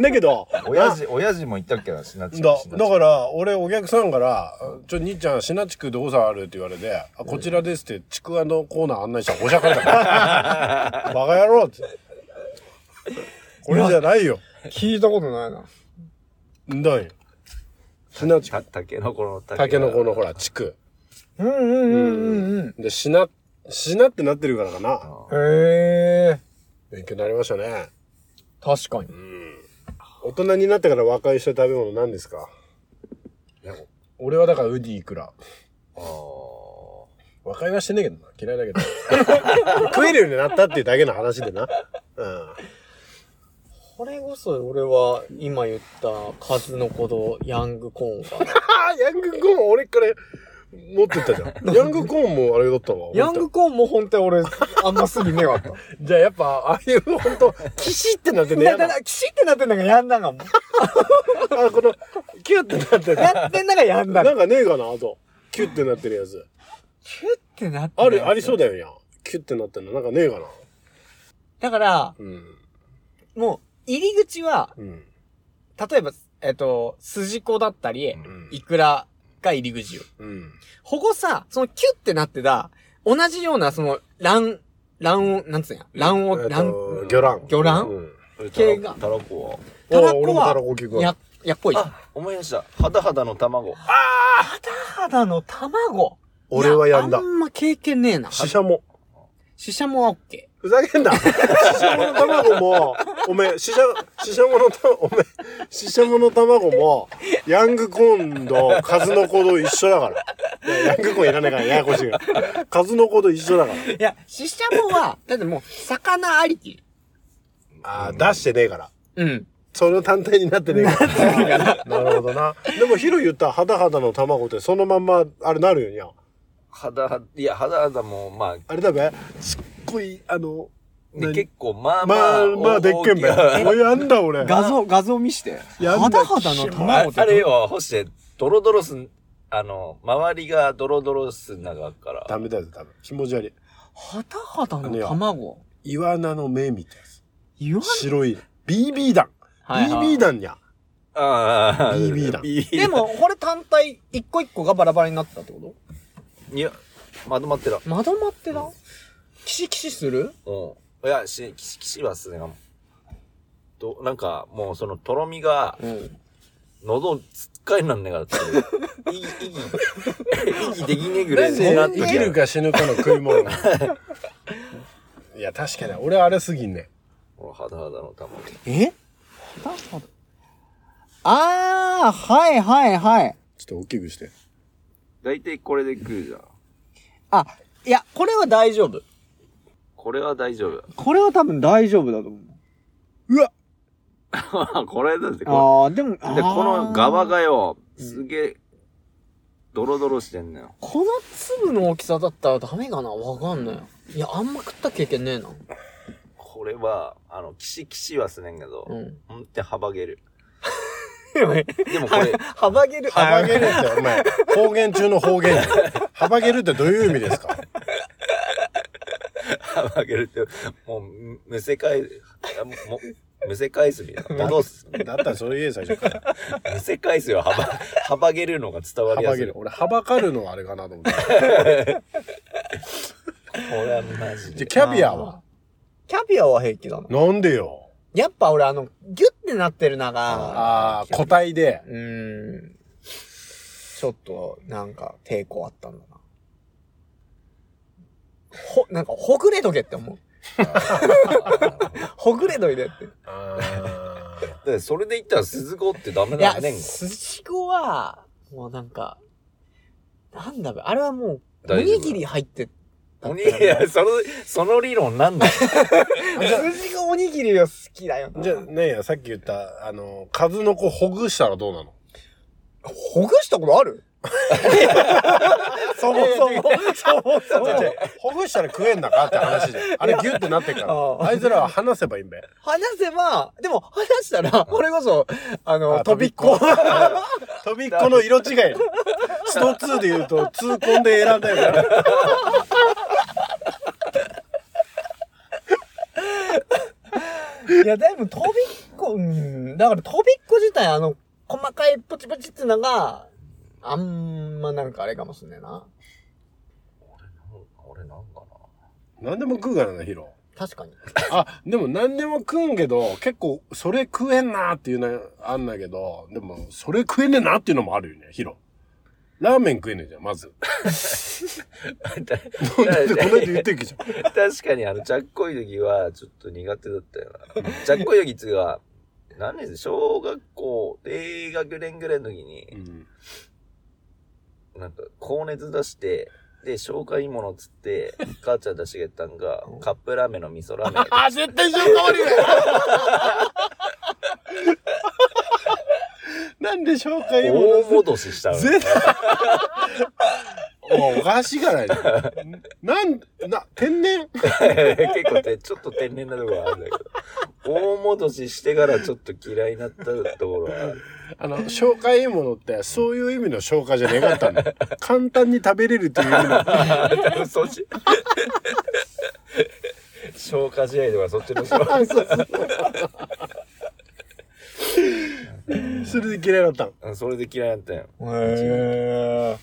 Speaker 3: (laughs) だけど、
Speaker 2: れ親父親父も言ったっけなシナチク
Speaker 3: だ
Speaker 2: シナチ
Speaker 3: だ
Speaker 2: ク
Speaker 3: から俺お客さんから「ちょ兄ちゃんシナチクどこさんある?」って言われてあ「こちらです」ってちくわのコーナー案内したらおしゃかれたからバカ野郎ってこれじゃないよ
Speaker 5: 聞いたことないな。
Speaker 3: んだよシナチク
Speaker 2: たタケノコのタ
Speaker 3: タケノコの
Speaker 2: あ
Speaker 3: ほら地区
Speaker 5: うんうんうんうんうん。
Speaker 3: でしなしなってなってるからかな
Speaker 2: ー
Speaker 5: へえ。
Speaker 3: 勉強になりましたね
Speaker 5: 確かに。
Speaker 3: 大人になってから和解した食べ物何ですか俺はだからウディイクラ
Speaker 2: あー
Speaker 3: 和解はしてねえけどな嫌いだけど (laughs) 食えるようになったっていうだけの話でなうん (laughs)
Speaker 5: これこそ俺は今言った数の子とヤングコーンが。
Speaker 3: あヤングコーン、俺から持って (laughs) ったじゃん。ヤングコーンもあれだった (laughs) わ。
Speaker 5: ヤングコーンも本当に俺、あんま好きねえわった。 (laughs)
Speaker 3: じゃあやっぱ、ああいう本当キシって (laughs) なってね。
Speaker 5: だから、キシってなってんだからやんだがもう。
Speaker 3: あ、この、キュってなってる。
Speaker 5: やってんだからやんだ
Speaker 3: な
Speaker 5: が。
Speaker 3: んかねえかな、あと。キュってなってるやつ。
Speaker 5: キュってなって。
Speaker 3: ある、ありそううだよ、やん。キュってなってるの、なんかねえかな。
Speaker 5: だから、
Speaker 3: うん。
Speaker 5: もう、入り口は、
Speaker 3: うん。
Speaker 5: 例えば、えっと、筋子だったり、
Speaker 3: ん
Speaker 5: いくらが入り口よ。
Speaker 3: うん。
Speaker 5: 保護さ、そのキュってなってた、同じような、その、卵、卵黄、なんつうんや、卵
Speaker 3: えっ
Speaker 5: 黄、
Speaker 3: と
Speaker 5: 卵、
Speaker 3: 魚卵。
Speaker 5: 魚卵
Speaker 3: うん。
Speaker 2: え
Speaker 5: 系が
Speaker 2: タラコは
Speaker 5: たら
Speaker 3: おう俺
Speaker 5: こ
Speaker 3: もたら
Speaker 5: は
Speaker 3: こ聞く、わ
Speaker 5: や、やっぽい。
Speaker 2: あ思い出した肌肌の卵
Speaker 5: 肌の卵。
Speaker 3: 俺はやんだ
Speaker 5: い。あんま経験ねえな。
Speaker 3: シシャモ。
Speaker 5: シシャモはオッケ
Speaker 3: ふざけんな。シシャモの卵も、おめえ、シシャ、シシャモのた、おめえ、シシャモの卵も、ヤングコーンとカズノコと一緒だから。いやヤングコーンいらないから、ややこしいから。カズノコと一緒だから。
Speaker 5: ー。いや、シシャモは、だってもう、魚ありき。
Speaker 3: ああ、出してねえから。
Speaker 5: うん。
Speaker 3: その単体になってねえから。 (laughs) なるほどな。でも、ヒロ言った肌肌の卵ってそのまんま、あれなるよにゃ。
Speaker 2: 肌肌いや肌肌もまあ
Speaker 3: あれだべ、すっごい、あの、
Speaker 2: で
Speaker 3: 何
Speaker 2: 結構まあま
Speaker 3: ま
Speaker 2: あ
Speaker 3: あ、まあ、でっ
Speaker 2: (laughs)
Speaker 3: けんべ。
Speaker 2: 大きい
Speaker 3: おいやんだ、俺。
Speaker 1: 画像画像見して
Speaker 3: やんだ
Speaker 5: 肌肌の
Speaker 2: あ
Speaker 5: 卵って。
Speaker 2: あれよ干してドロドロすんあの周りがドロドロすん中から
Speaker 3: ダメだよ、ダメ。気持ち悪い。
Speaker 5: 肌肌の卵。
Speaker 3: イワナの目みたいな。
Speaker 5: 言わ
Speaker 3: 白い BB 弾、
Speaker 5: はいはい
Speaker 3: BB 弾にゃ
Speaker 2: ああ
Speaker 3: BB だ
Speaker 2: BB
Speaker 5: でも、これ単体、一個一個がバラバラになったってこ
Speaker 2: いやまとまってた
Speaker 5: とまとまってなキシキシする
Speaker 2: うんいやしキシキシはすねがどなんかもうそのとろみが
Speaker 5: ん
Speaker 2: 喉つっかいなんねがって
Speaker 3: (laughs)
Speaker 2: 息息息できねえぐらいになってき
Speaker 3: 生
Speaker 2: た
Speaker 3: きるか死ぬかの食い物いや確かに俺あれすぎんね
Speaker 2: ほら肌肌の卵
Speaker 5: え肌肌あー、はいはいはい。
Speaker 3: ちょっと大きくして
Speaker 2: 大体これで食うじゃん
Speaker 5: あ、いや、これは大丈夫。
Speaker 2: これは大丈夫
Speaker 5: これは多分大丈夫だと思う。
Speaker 2: これだ (laughs) ってこれ
Speaker 5: あー、でも、
Speaker 2: で、この側
Speaker 5: あー。
Speaker 2: がよ、すげえ、ドロドロしてんのよ。
Speaker 5: この粒の大きさだったらダメかなわかんない。いや、あんま食った経験ねえな。
Speaker 2: これは、あの、キシキシはすねんけど、
Speaker 5: うん。
Speaker 2: ほんって幅げる。でもこれ、
Speaker 5: 幅げる。
Speaker 3: 幅げるってお前方言中の方言や幅げるってどういう意味ですか
Speaker 2: 幅げるって、もう、むむせ返す、あもうむせ返すみたいな。戻す。
Speaker 3: だったらそれ言え最初から
Speaker 2: むせ返すよ、幅、 (laughs) 幅げるのが伝わりや
Speaker 3: 幅
Speaker 2: す
Speaker 3: げ
Speaker 2: い。
Speaker 3: る
Speaker 2: こ
Speaker 3: 俺はばかるのはあれかなと思って
Speaker 2: れはマジ
Speaker 3: じ
Speaker 2: で。
Speaker 3: ゃキャビアは
Speaker 5: キャビアは平気だな。
Speaker 3: なんでよ
Speaker 5: やっぱ俺あの、ギュってなってるなが、
Speaker 3: ああ個体で
Speaker 5: うーん。ちょっと、なんか、抵抗あったんだな。ほ、なんか、ほぐれとけって (laughs) 思う。ほぐれといてって。
Speaker 2: でそれで言ったら、鈴子ってダメ
Speaker 5: いや
Speaker 2: なんねん、か。
Speaker 5: すしごは、もうなんか、なんだべ、あれはもう、お
Speaker 2: 大丈夫
Speaker 5: にぎり入って、
Speaker 2: おにいや、その、その理論なんだよ。
Speaker 5: すしごおにぎりは好きだよな。
Speaker 3: じゃあねえや、さっき言った、あの、数の子ほぐしたらどうなの
Speaker 5: ほぐしたことあるそも
Speaker 3: (laughs)
Speaker 5: そも、そもそも。
Speaker 3: ほぐしたら食えんだかって話で。あれギュってなってっか
Speaker 5: あ
Speaker 3: ら。
Speaker 5: あ
Speaker 3: あいつらは話せばいいんべ。
Speaker 5: 話せば、でも話したら、これこそ、あの、
Speaker 3: あ
Speaker 5: 飛びっこ。
Speaker 3: 飛びっこの色違い。スト2で言うと、痛恨で選んだ
Speaker 5: (laughs)
Speaker 3: よね。
Speaker 5: いや、でも飛びっこ、うん、だから飛びっこ自体、あの、細かいプチプチってのが、あんまなんかあれかもしんねえな。
Speaker 2: 俺なんかな。
Speaker 3: 何でも食うからな、ヒロ。
Speaker 5: 確かに。
Speaker 3: あ、でも何でも食うんけど、結構、それ食えんなっていうのあんだけど、でも、それ食えねえなっていうのもあるよね、ヒロ。ラーメン食えねえじゃん、まず。この間言ってるけど。
Speaker 2: 確かにあの、ちゃっこい時はちょっと苦手だったよな。ちゃっこい時っていうか、何年生小学校低学年ぐらいの時に、
Speaker 3: うん
Speaker 2: なんか高熱出して、で、消化いいものっつって、母ちゃん出してやったんが、カップラーメンの味噌ラー (laughs) メン。
Speaker 3: あ、絶対消化悪いわなんで消化いいもの
Speaker 2: 大戻し (laughs) したの。
Speaker 3: 絶おいおかしいからやなん、な、天然
Speaker 2: 結構て、ちょっと天然なところあるんだけど、大戻ししてからちょっと嫌いになったところはある。
Speaker 3: あの、消化いいものって、そういう意味の消化じゃねかったんだよ。簡単に食べれるという意味
Speaker 2: (laughs)
Speaker 3: の。
Speaker 2: そっち。消化試合 (laughs) とかそっちの消化
Speaker 3: それで嫌いだったの。
Speaker 2: うんそれで嫌いだったよ。
Speaker 5: へ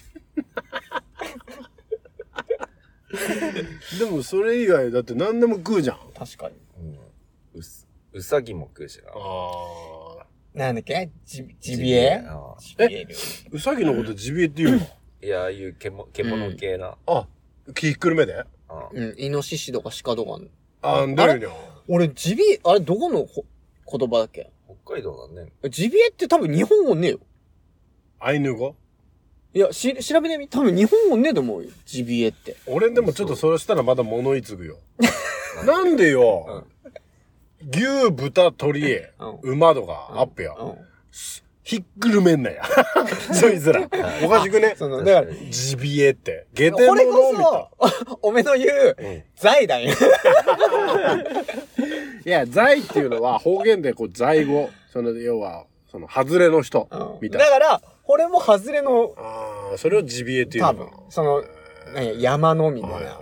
Speaker 3: でもそれ以外、だって何でも食うじゃん。あ
Speaker 5: 確かに。
Speaker 2: うす、うさぎも食うしな。
Speaker 3: あ。
Speaker 5: なんだっけジジビ
Speaker 2: ビエ
Speaker 5: エ
Speaker 2: ああ
Speaker 5: ジビエ料理。
Speaker 3: うさぎのことジビエって言うの
Speaker 2: いや、ああいう獣獣系な。
Speaker 3: あ、ひっくるめで
Speaker 2: あ
Speaker 5: うん、イノシシとかシカとか。
Speaker 3: あ、どういうの
Speaker 5: 俺、ジビエ、あれ、どこのほ言葉だっけ
Speaker 2: 北海道だね。
Speaker 5: ジビエって多分日本語ねえよ。
Speaker 3: アイヌ語
Speaker 5: いや、し、調べてみ多分日本語ねえと思うよ。ジビエって。
Speaker 3: 俺でもちょっとそれしたらまだ物言い継ぐよ。なんでよ、牛、豚、鳥、
Speaker 5: う
Speaker 3: 馬とかアップや。
Speaker 5: うん。
Speaker 3: ひっくるめんなや。 (laughs) そいつら。おかしくね
Speaker 5: その、だから、
Speaker 3: ジビエって。下手
Speaker 5: こ
Speaker 3: 者み
Speaker 5: れ
Speaker 3: たい
Speaker 5: こそ、 (laughs) おめの言う、
Speaker 3: ん
Speaker 5: 財団よ。
Speaker 3: いや、財っていうのは方言でこう財語。その、要は、その、外れの人。みたい
Speaker 5: だ
Speaker 3: な。
Speaker 5: から、これも外れの、
Speaker 3: ああ、それをジビエっていう
Speaker 5: 多
Speaker 3: の
Speaker 5: 分、その、なんや山のみたいな。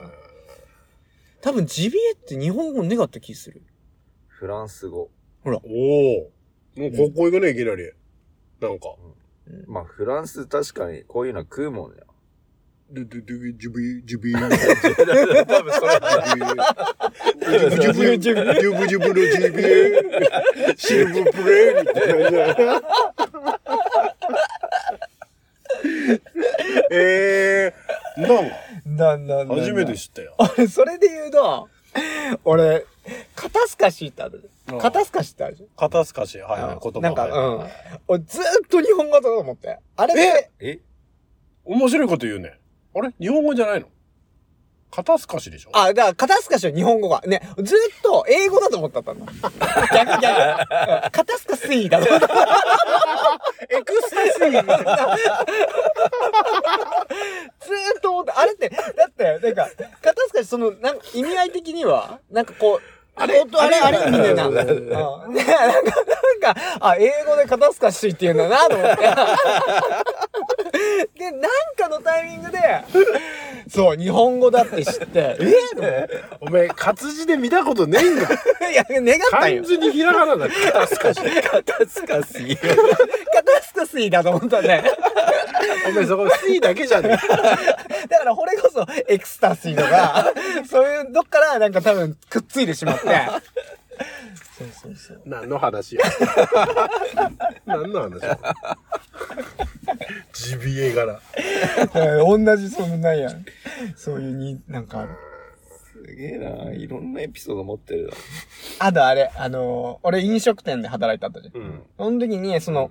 Speaker 5: 多分、ジビエって日本語願った気する。
Speaker 2: フランス語。
Speaker 3: おお。もう高校行くね、いきなり。なんか。
Speaker 2: まあ、フランス確かにこういうのは食うもんや。
Speaker 3: ドゥドゥドゥジュビジュビジ
Speaker 2: 多分それ
Speaker 3: ュブジュブジュブジュブジュブのジュビエシルブプレイみたいな。 (laughs) えー、なんか
Speaker 5: なんなん
Speaker 3: 初めて知ったよ。
Speaker 5: 俺、 (laughs) それで言うと、俺、肩透かしってあるじゃん。肩透かしってあるじ
Speaker 3: 肩透かし、は
Speaker 5: ゃん。
Speaker 3: なん
Speaker 5: な
Speaker 3: ん
Speaker 5: か、
Speaker 3: か、
Speaker 5: うん。俺、ずーっと日本語だと思って。あれで、
Speaker 2: (laughs) え
Speaker 3: 面白いこと言うね。あれ日本語じゃないの肩透かしでしょ
Speaker 5: あ、だから、肩透かしは日本語が。ね、ずーっと英語だと思ったったの。逆逆。うん肩透かしだと思った。
Speaker 3: エクスタシーみたいな。
Speaker 5: ずーっと思って、あれって、だって、なんか、肩透かし、その、なんか意味合い的には、なんかこう、あれあれあれみたいな。うんねなんか、なんか、あ、英語で肩透かしって言うんだなと思って。で、なんかのタイミングで、そう、日本語だって知って、えと思っ
Speaker 3: おめえ、活字で見たことねえんだ。
Speaker 5: ていや、願ったん
Speaker 3: 完
Speaker 5: よ。
Speaker 3: 全にひらがなだ。肩透かし。
Speaker 2: 肩透かし。
Speaker 5: 肩透かしだと思ったね。
Speaker 3: おめえ、そこ、スイだけじゃねえ。
Speaker 5: だから、これこそ、エクスタシーとか、そういう、どっから、なんか多分、くっついてしまって。そうそうそう。
Speaker 3: 何の話や何の話やジビエ柄
Speaker 5: 同じそんなんやそういうに、なんか、
Speaker 2: すげえな。いろんなエピソード持ってる
Speaker 5: あとあれ、あのー俺飲食店で働いたったじゃん。
Speaker 2: ん
Speaker 5: その時に、その、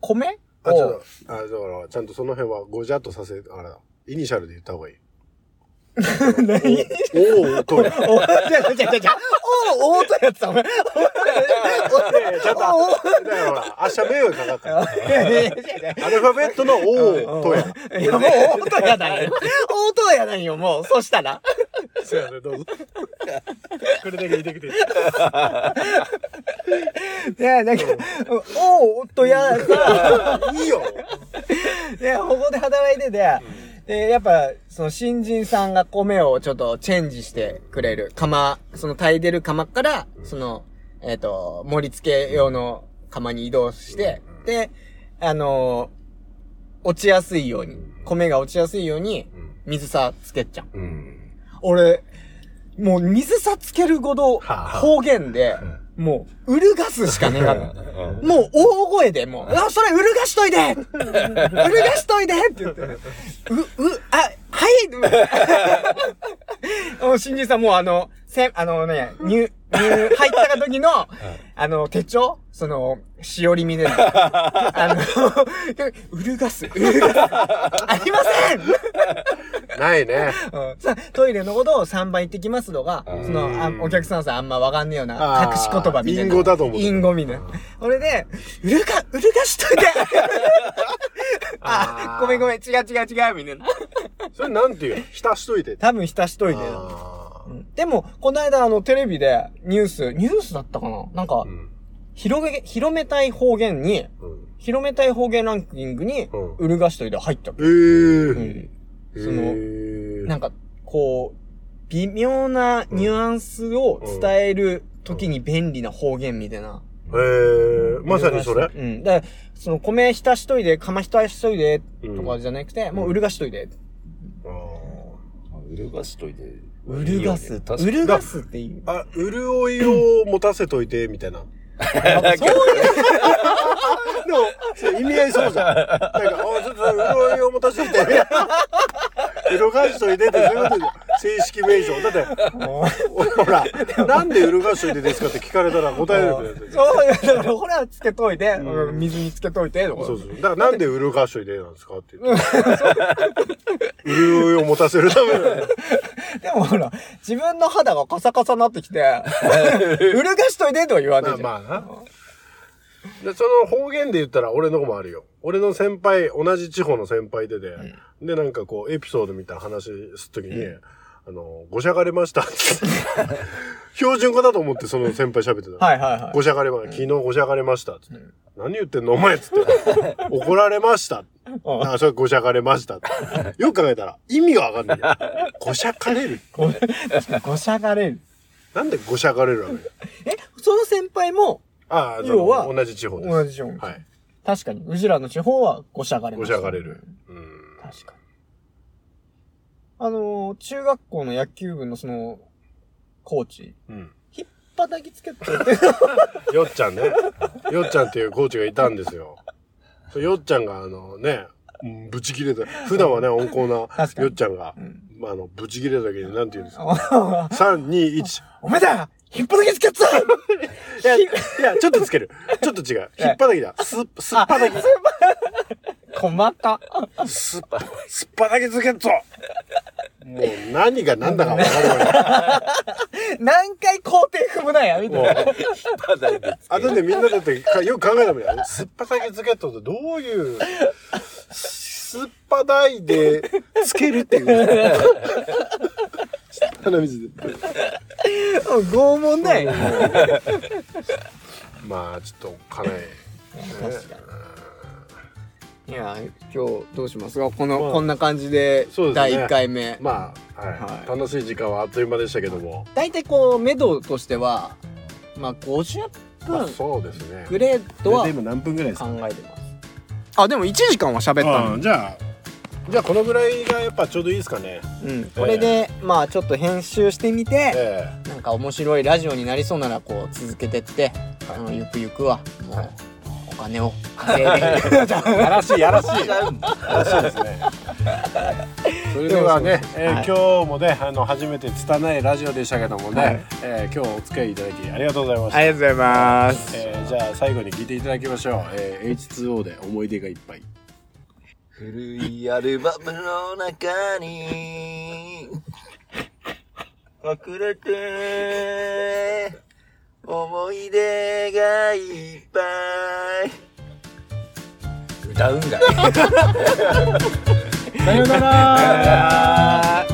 Speaker 5: 米
Speaker 3: あちょ
Speaker 5: を
Speaker 3: っとあだからちゃんとその辺はごじゃっとさせあれだイニシャルで言った方がいいおおうとる。
Speaker 5: お、じゃじゃじゃじゃ、 (laughs) おおーとやつだ、お前。
Speaker 3: ちょっと、だからほら、明日迷惑かかる
Speaker 5: (laughs)
Speaker 3: から。アルファベットのおおとや。
Speaker 5: いや、もうおーとやないよ。おーとやないよ、もう。そしたら。
Speaker 3: そうやね、 (laughs) どうぞ。これだけ入れてきて。
Speaker 5: いや、なんか、おーとやさ、
Speaker 3: いいよ。
Speaker 5: (laughs) で、ここで働いてて、で、やっぱ、その新人さんが米をちょっとチェンジしてくれる釜、その炊いてる釜から、その、えっ、と、盛り付け用の釜に移動して、で、あのー落ちやすいように、米が落ちやすいように、水さつけちゃう。
Speaker 2: うん。
Speaker 5: 俺、もう水さつけるほど
Speaker 3: はあはあ
Speaker 5: 方言で、もう、うるがすしかねえかった。
Speaker 2: うん
Speaker 5: もう大声で、もう、あ、それ、うるがしといでうるがしといでって言って、う、う、あ、はいもう新人さん、もうあの、せ、あのね、入、入、入った時の、あの、手帳その、しおりみでの。 (laughs) あの、うるがす、うるがす、ありません
Speaker 3: ないね。
Speaker 5: うんさトイレのことを3番行ってきますとか
Speaker 2: うん、
Speaker 5: そのあお客さんさんあんまわかんねえよう
Speaker 3: あ
Speaker 5: な
Speaker 3: ー
Speaker 5: 隠し言葉みたいな。
Speaker 3: 隠語だと思う
Speaker 5: 隠語みたいな。俺で、うるか、うるかし
Speaker 3: (laughs)
Speaker 5: といてあ
Speaker 3: あー
Speaker 5: ごめんごめん、違う違う違う、みたいな。
Speaker 3: それなんていうの浸しといて。
Speaker 5: 多分浸しといて。
Speaker 3: あ
Speaker 5: でも、この間あのテレビでニュース、ニュースだったかななんか
Speaker 2: う、ん
Speaker 5: 広げ、広めたい方言に、
Speaker 2: うん
Speaker 5: 広めたい方言ランキングに
Speaker 3: うん、
Speaker 5: うるがしといて入った。
Speaker 3: ーえ
Speaker 5: う
Speaker 3: え。
Speaker 5: んその
Speaker 3: の
Speaker 5: なんか、こう、微妙なニュアンスを伝える時に便利な方言みたいな。
Speaker 3: えー、まさにそれ
Speaker 5: うん。だから、その、米浸しといで、釜浸しといで、とかじゃなくて、もう、うるがしといで。
Speaker 2: うるがしといて。
Speaker 5: うるがす。
Speaker 2: 確か
Speaker 5: う
Speaker 2: に。
Speaker 5: るがすっていう。
Speaker 3: あ、潤いを持たせといて、みたいな。 (laughs) でも、それ意味合いそうじゃん。なんか、あ、ちょっと潤いを持たせといて、 (laughs) みたいな。潤かしといてって、そういうことじゃん正式名称。だって、おほら、なんで潤かしといてですかって聞かれたら答えるくない
Speaker 5: そういう、だから、ほら、つけといて、うん水につけといて、とか。
Speaker 3: そうそう。だからなんで潤かしといてなんですかって言って。潤いを持たせるための。
Speaker 5: でも、ほら、自分の肌がカサカサになってきて、
Speaker 3: (laughs)
Speaker 5: うるがしといで、とは言わね
Speaker 3: ま
Speaker 5: え
Speaker 3: あ
Speaker 5: じゃん。
Speaker 3: まあな。で、その方言で言ったら俺の子もあるよ。俺の先輩、同じ地方の先輩でで、で、なんかこう、エピソードみたいな話すときに、あの、ごしゃがれましたって。標準語だと思ってその先輩喋ってた。
Speaker 5: はいはいはい。
Speaker 3: ごしゃがれま、昨日ごしゃがれましたっつって。何言ってんのお前っつって。怒られま
Speaker 5: (laughs)
Speaker 3: した。あ、それごしゃがれましたって。よく考えたら、意味がわかんないよ。ごしゃかれる。
Speaker 5: ごしゃがれる。
Speaker 3: なんでごしゃがれるの
Speaker 5: え、その先輩も、
Speaker 3: ああ、そ
Speaker 5: 要は
Speaker 3: の同じ地方です。
Speaker 5: 同じ地方です
Speaker 3: はい。
Speaker 5: 確かに、うちらの地方はごしゃがれま
Speaker 3: ご
Speaker 5: し
Speaker 3: したゃがれる。うん。
Speaker 5: 確かに。あのー、中学校の野球部のその、コーチ、
Speaker 3: うん。
Speaker 5: ひっぱたきつけて、
Speaker 3: よっちゃんね。よっちゃんっていうコーチがいたんです (laughs) よ。そうよっちゃんが、あのね、うんぶち切れた。普段はね、温厚なよ
Speaker 5: 確かに
Speaker 3: っちゃんが、まあ、あの、ぶち切れた時に、なんて言うんですか。3、2、1。 (laughs)
Speaker 5: おめえだひっぱたきつけてた
Speaker 3: いや、いや、ちょっとつける。ちょっと (laughs) 違う。引っ張りだ。す、すっぱだけ。
Speaker 5: 細か。
Speaker 3: すっぱ、すっぱだけ
Speaker 2: (laughs)
Speaker 3: つけっぞもう、何が何だかわからない。
Speaker 5: 何回工程踏むなや、みた
Speaker 3: も
Speaker 5: い
Speaker 3: う
Speaker 5: な。、
Speaker 3: あとでみんなだってかよく考えたもんや。すっぱだけつけっとってどういう、すっぱだいでつけるっていう。鼻水で。
Speaker 5: 拷問だよ。
Speaker 3: まあ、ちょっと、かなり。
Speaker 5: いや、今日どうしますかこの、
Speaker 3: まあ
Speaker 5: こんな感じで
Speaker 3: そうで、すね
Speaker 5: 第1回目。
Speaker 3: まあ、
Speaker 5: は
Speaker 3: はいい、楽しい時間はあっという間でしたけども。
Speaker 5: 大体こう、目処としては、まあ、50
Speaker 3: まあ、
Speaker 5: 分
Speaker 3: そうですね。
Speaker 5: グレードは考
Speaker 3: 今何分ぐらいで
Speaker 5: えてます。あ、でも1時間は喋ったの
Speaker 3: じゃあ、じゃあこのぐらいがやっぱちょうどいいですかね。
Speaker 5: うん、これで、まあちょっと編集してみて、
Speaker 3: え
Speaker 5: なんか面白いラジオになりそうならこう続けてって、あのゆくゆくはもう、お金を (laughs) 稼いで
Speaker 3: えやらしい、
Speaker 2: (laughs)
Speaker 3: やらしい。やらしいですね。それではね、えー
Speaker 5: はい
Speaker 3: 今日もね、あの初めて拙いラジオでしたけどもね、
Speaker 5: はい
Speaker 3: えー今日はお付き合いいただきありがとうございました。
Speaker 5: ありがとうございます。
Speaker 3: えーじゃあ最後に聞いていただきましょう。えー H2O で思い出がいっぱい。
Speaker 2: 古いアルバムの中に遅れて、思い出がいっぱい。歌うんだね。
Speaker 3: さよなら
Speaker 1: あー